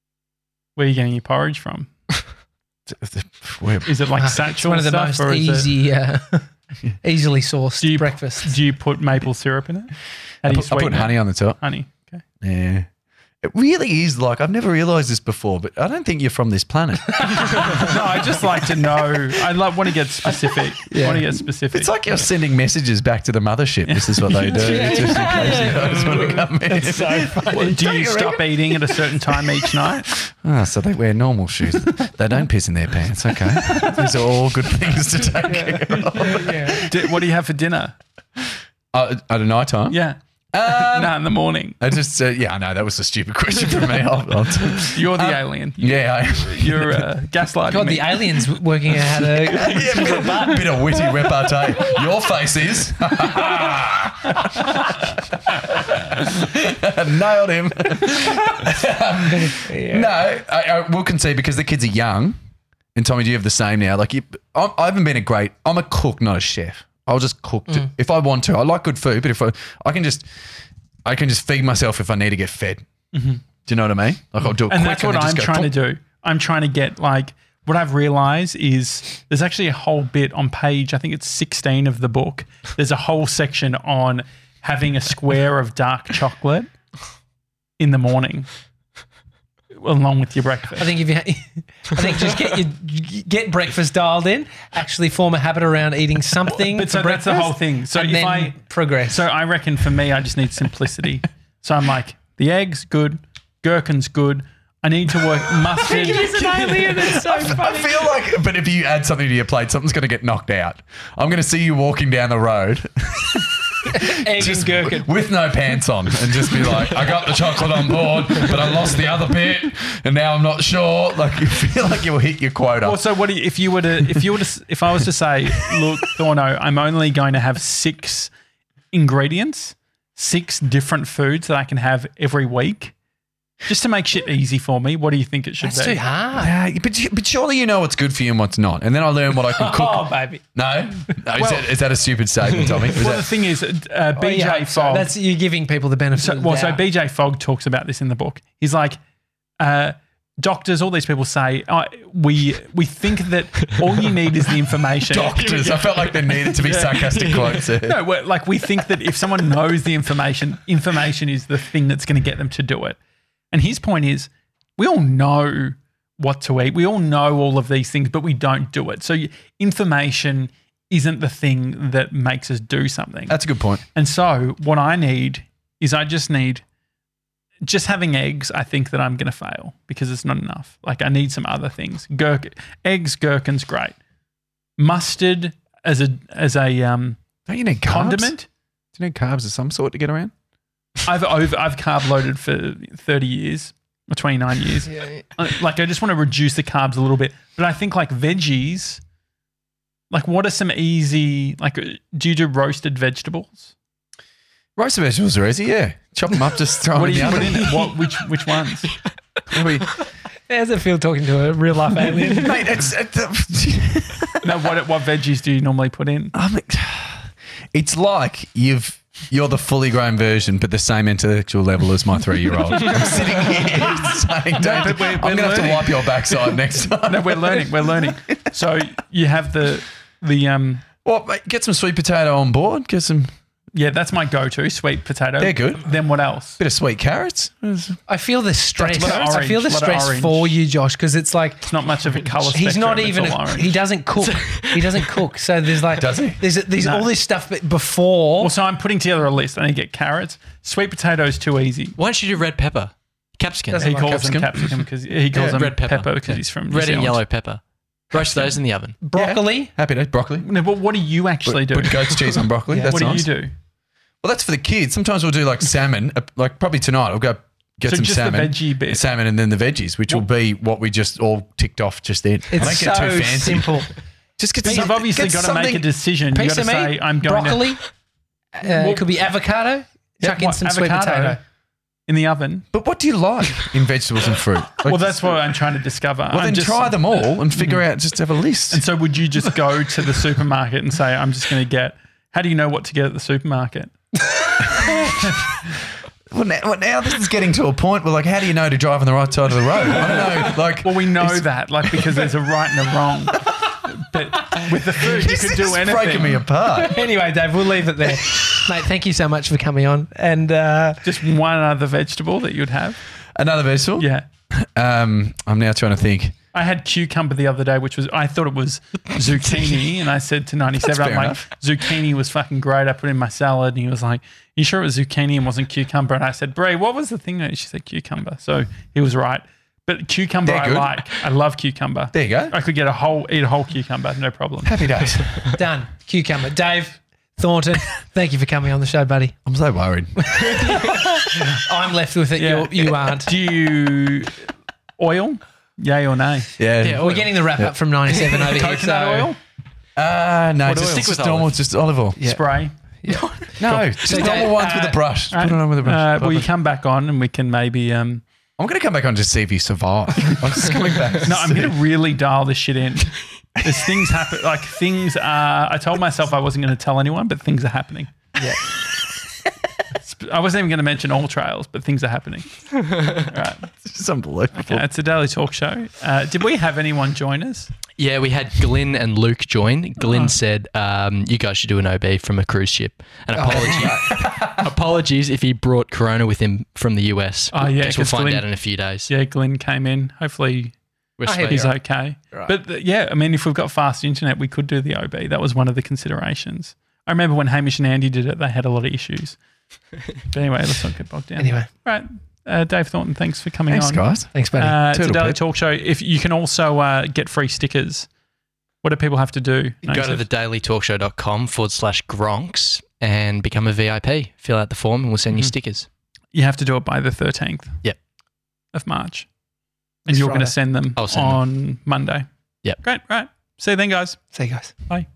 [laughs]
Where are you getting your porridge from?
We're-
Is it like
Uh,
satchel
[laughs] It's one of the
stuff,
most
or is it- [laughs]
easy, uh, easily sourced
Do you-
breakfasts.
do you put maple syrup in it? How
I
do you
put, I put
sweeten it?
honey on the top.
Honey. Okay.
Yeah. It really is like I've never realized this before, but I don't think you're from
[laughs]
this planet.
No, I just like to know. I love, want to get specific. I want to get specific.
It's like you're sending messages back to the mothership. This is
[laughs]
what they do. It's just in case you guys want to come in.
Well, do you stop eating at a certain time each night?
Ah, so they wear normal [laughs] shoes. they don't piss in their pants. Okay, these are all good things to take care of.
Do, what do you have for dinner?
[laughs] Uh, at a night time.
Yeah.
Um,
no, in the morning.
I just uh, yeah, I know that was a stupid question for me. [laughs] I'll, I'll t-
You're the alien.
yeah, I,
You're uh, gaslighting
God,
me.
the aliens w- working out
[laughs]
how to.
yeah, bit of- bit of witty repartee. Your face is [laughs]
[laughs]
nailed him. No, I, I will concede because the kids are young. And Tommy, do you have the same now? Like, you, I'm, I haven't been a great. I'm a cook, not a chef. I'll just cook to,
Mm.
if I want to. I like good food, but if I, I can just, I can just feed myself if I need to get fed. Do you know what I mean? Like, I'll do it.
Mm-hmm. and
quick
that's what
then
I'm
just go,
trying to
"Thump."
do. I'm trying to get like what I've realized is there's actually a whole bit on page I think it's 16 of the book. There's a whole section on having a square of dark chocolate in the morning along with your breakfast.
I think if you, I think just get your get breakfast dialed in. Actually, form a habit around eating something
but
for
so that's
breakfast.
the whole thing. So
and
if
then
I
progress,
so I reckon for me I just need simplicity. so I'm like the eggs good, gherkins good. I need to work mustard.
I feel like, but if you add something to your plate, something's going to get knocked out. I'm going to see you walking down the road.
Egg and gherkin.
[laughs] with no pants on and just be like, I got the chocolate on board, but I lost the other bit, and now I'm not sure. Like you feel like you'll hit your quota.
Also, what do you, if you were to if you were to s- if I was to say, look, Thorno, I'm only going to have six ingredients, six different foods that I can have every week, just to make shit easy for me. What do you think it should
That's
be?
too hard.
Uh, but, you- but surely you know what's good for you and what's not. And then I learn what I can [laughs] cook.
Oh, baby.
No, no is, that, is that a stupid statement, Tommy? Was
Well, the
[laughs] that,
thing is, uh, BJ
Oh, yeah. So
Fogg.
That's you're giving people the benefit.
So,
of the
well, so
doubt.
BJ Fogg talks about this in the book. He's like, uh, doctors, all these people say, oh, we we think that all you need is the
[laughs]
information.
doctors. I felt like there needed [laughs] to be sarcastic quotes. there.
No, we're, like we think that if someone knows the information, information is the thing that's going to get them to do it. And his point is, we all know what to eat. We all know all of these things, but we don't do it. So y- information isn't the thing that makes us do something.
That's a good point.
And so what I need is I just need just having eggs, I think that I'm going to fail because it's not enough. Like I need some other things. Gherkin, eggs, gherkins, great. Mustard as a as a um,
Don't you need carbs?
condiment.
Do you need carbs of some sort to get around?
I've over, I've carb loaded for 30 years or 29 years. I- Like I just want to reduce the carbs a little bit, but I think like veggies. Like what are some easy like? uh, Do you do roasted vegetables?
Roasted vegetables are easy, yeah. Chop them up, just
Oh,
throw
What
them
do
in
you
the
put
oven.
in it? What which which ones?
Maybe-
How does it feel talking to a real life alien?
[laughs]
[laughs] Mate, it's, it's,
No, what what veggies do you normally put in?
[laughs] I'm- it's like you've you're the fully grown version, but the same intellectual level as my three year
[laughs]
old. I'm sitting here [laughs] saying, David,
but we're-
I'm
we're
going to have to
learning.
wipe your backside
[laughs]
next time.
No, we're learning. We're learning. So you have the the um
Well, mate, get some sweet potato on board. Get some
yeah that's my go-to sweet potato.
They're good.
Then what else?
bit of sweet carrots.
I feel the stress.
Lot of
I feel
orange,
the
lot of
stress
orange.
for you, Josh, because it's like
It's not much of a color.
he's not even.
It's all
A,
orange.
he doesn't cook. [laughs] he doesn't cook. So there's like
Does he?
there's there's all this stuff but before.
Well, so I'm putting together a list. I need to get carrots. Sweet potatoes too easy.
Why don't you do red pepper? Capsicum.
Doesn't
He
like
calls them capsicum because he calls them
red pepper.
because he's from New
red and
Zealand.
yellow pepper. Roast those in the oven.
broccoli.
Happy days, broccoli.
No, but what do you actually do?
Put goat's cheese on broccoli. That's
what do
nice.
you do?
Well, that's for the kids. Sometimes we'll do like salmon. uh, Like probably tonight, I'll go get
So
some
just the
salmon,
veggie bit.
salmon, and then the veggies, which will be what we just all ticked off just then. I
It's so
don't get too fancy.
simple.
Just get
You've
something-
obviously
get
got to make a
something-
decision. You got
Piece
to
of
say,
meat.
"I'm going to
broccoli. Uh, it could be avocado.
Yeah,
Chuck in
what,
some sweet potato.
in the oven."
But what do you like in vegetables and fruit?
[laughs]
Like,
Well, that's what I'm trying to discover.
Well, then try them all and figure out. Just have a
And
list.
so, would you just go to the supermarket and say, "I'm just going to get"? How do you know what to get at the supermarket?
Well now, well, now this is getting to a point where, like, how do you know to drive on the right side of the road?
[laughs]
I don't know. Like,
Well, we know that, like, because there's a right and a wrong. But with the food, you
this
could
is
do anything.
breaking
[laughs]
me apart.
Anyway, Dave, we'll leave it there. Mate, thank you so much for coming on. And uh,
Just one other vegetable that you'd have.
Another vegetable.
Yeah.
Um, I'm now trying to think.
I had cucumber the other day, which was I thought it
[laughs]
was zucchini, and I said to ninety seven,
That's
I'm
fair
like,
enough.
zucchini was fucking great. I put it in my salad, and he was like, "You sure it was zucchini and wasn't cucumber?" And I said, "Bray, what was the thing?" And she said, "Cucumber." So he was right. But cucumber,
They're
I
good.
like. I love cucumber.
There you go.
I could get a whole eat a whole cucumber, no problem.
Happy days.
done. Cucumber. Dave Thornton, thank you for coming on the show, buddy.
I'm so
[laughs]
worried.
I'm left with it.
Yeah.
You're, you aren't.
Do you oil? Yay or nay?
Yeah.
Yeah,
We're getting the wrap up from 97 over here.
Coconut
so-
oil
Uh, no,
What
just,
oil?
stick with
Just
normal,
olive.
just olive oil.
spray.
No, just
So,
normal
Dave,
ones with a brush. Put it on with a
Uh,
brush.
will you come back on and we can maybe? Um,
I'm going to come back on to see if
[laughs]
you survive. I'm just coming back. [laughs]
No, I'm
[laughs]
going to really dial this shit in. As things happen, like things are. I told myself I wasn't going to tell anyone, but things are happening.
Yeah.
Sp- [laughs] I wasn't even going to mention all trails, but things are happening.
It's unbelievable.
Okay, it's a daily talk show. Uh, did we have anyone join us?
Yeah, we had Glyn and Luke join. Glyn
Uh-huh.
said, um, "You guys should do an OB from a cruise ship."
Oh,
And apologies, [laughs] apologies if he brought Corona with him from the US.
Oh, yeah,
guess we'll
'cause
find
Glyn-
out in a few days.
Yeah, Glenn came in. Hopefully
We're
hope
sweet.
he's okay. But th- yeah, I mean, if we've got fast internet, we could do the OB. That was one of the considerations. I remember when Hamish and Andy did it, they had a lot of issues. [laughs] But anyway, let's not get bogged down.
Anyway.
Right. Uh, Dave Thornton, thanks for coming
Thanks,
on.
guys.
Thanks, buddy.
Uh, it's a
Turtle
daily
Pip.
talk show. If you can also uh, get free stickers, what do people have to do?
Go to the dailytalkshow.com forward slash Gronks and become a VIP. Fill out the form and we'll send you
Mhm.
stickers.
You have to do it by the 13th.
Yep.
Of March. And
This
you're going to
Friday.
send them
I'll send them.
on Monday.
Yep.
Great. Right. See you then, guys.
See you guys.
Bye.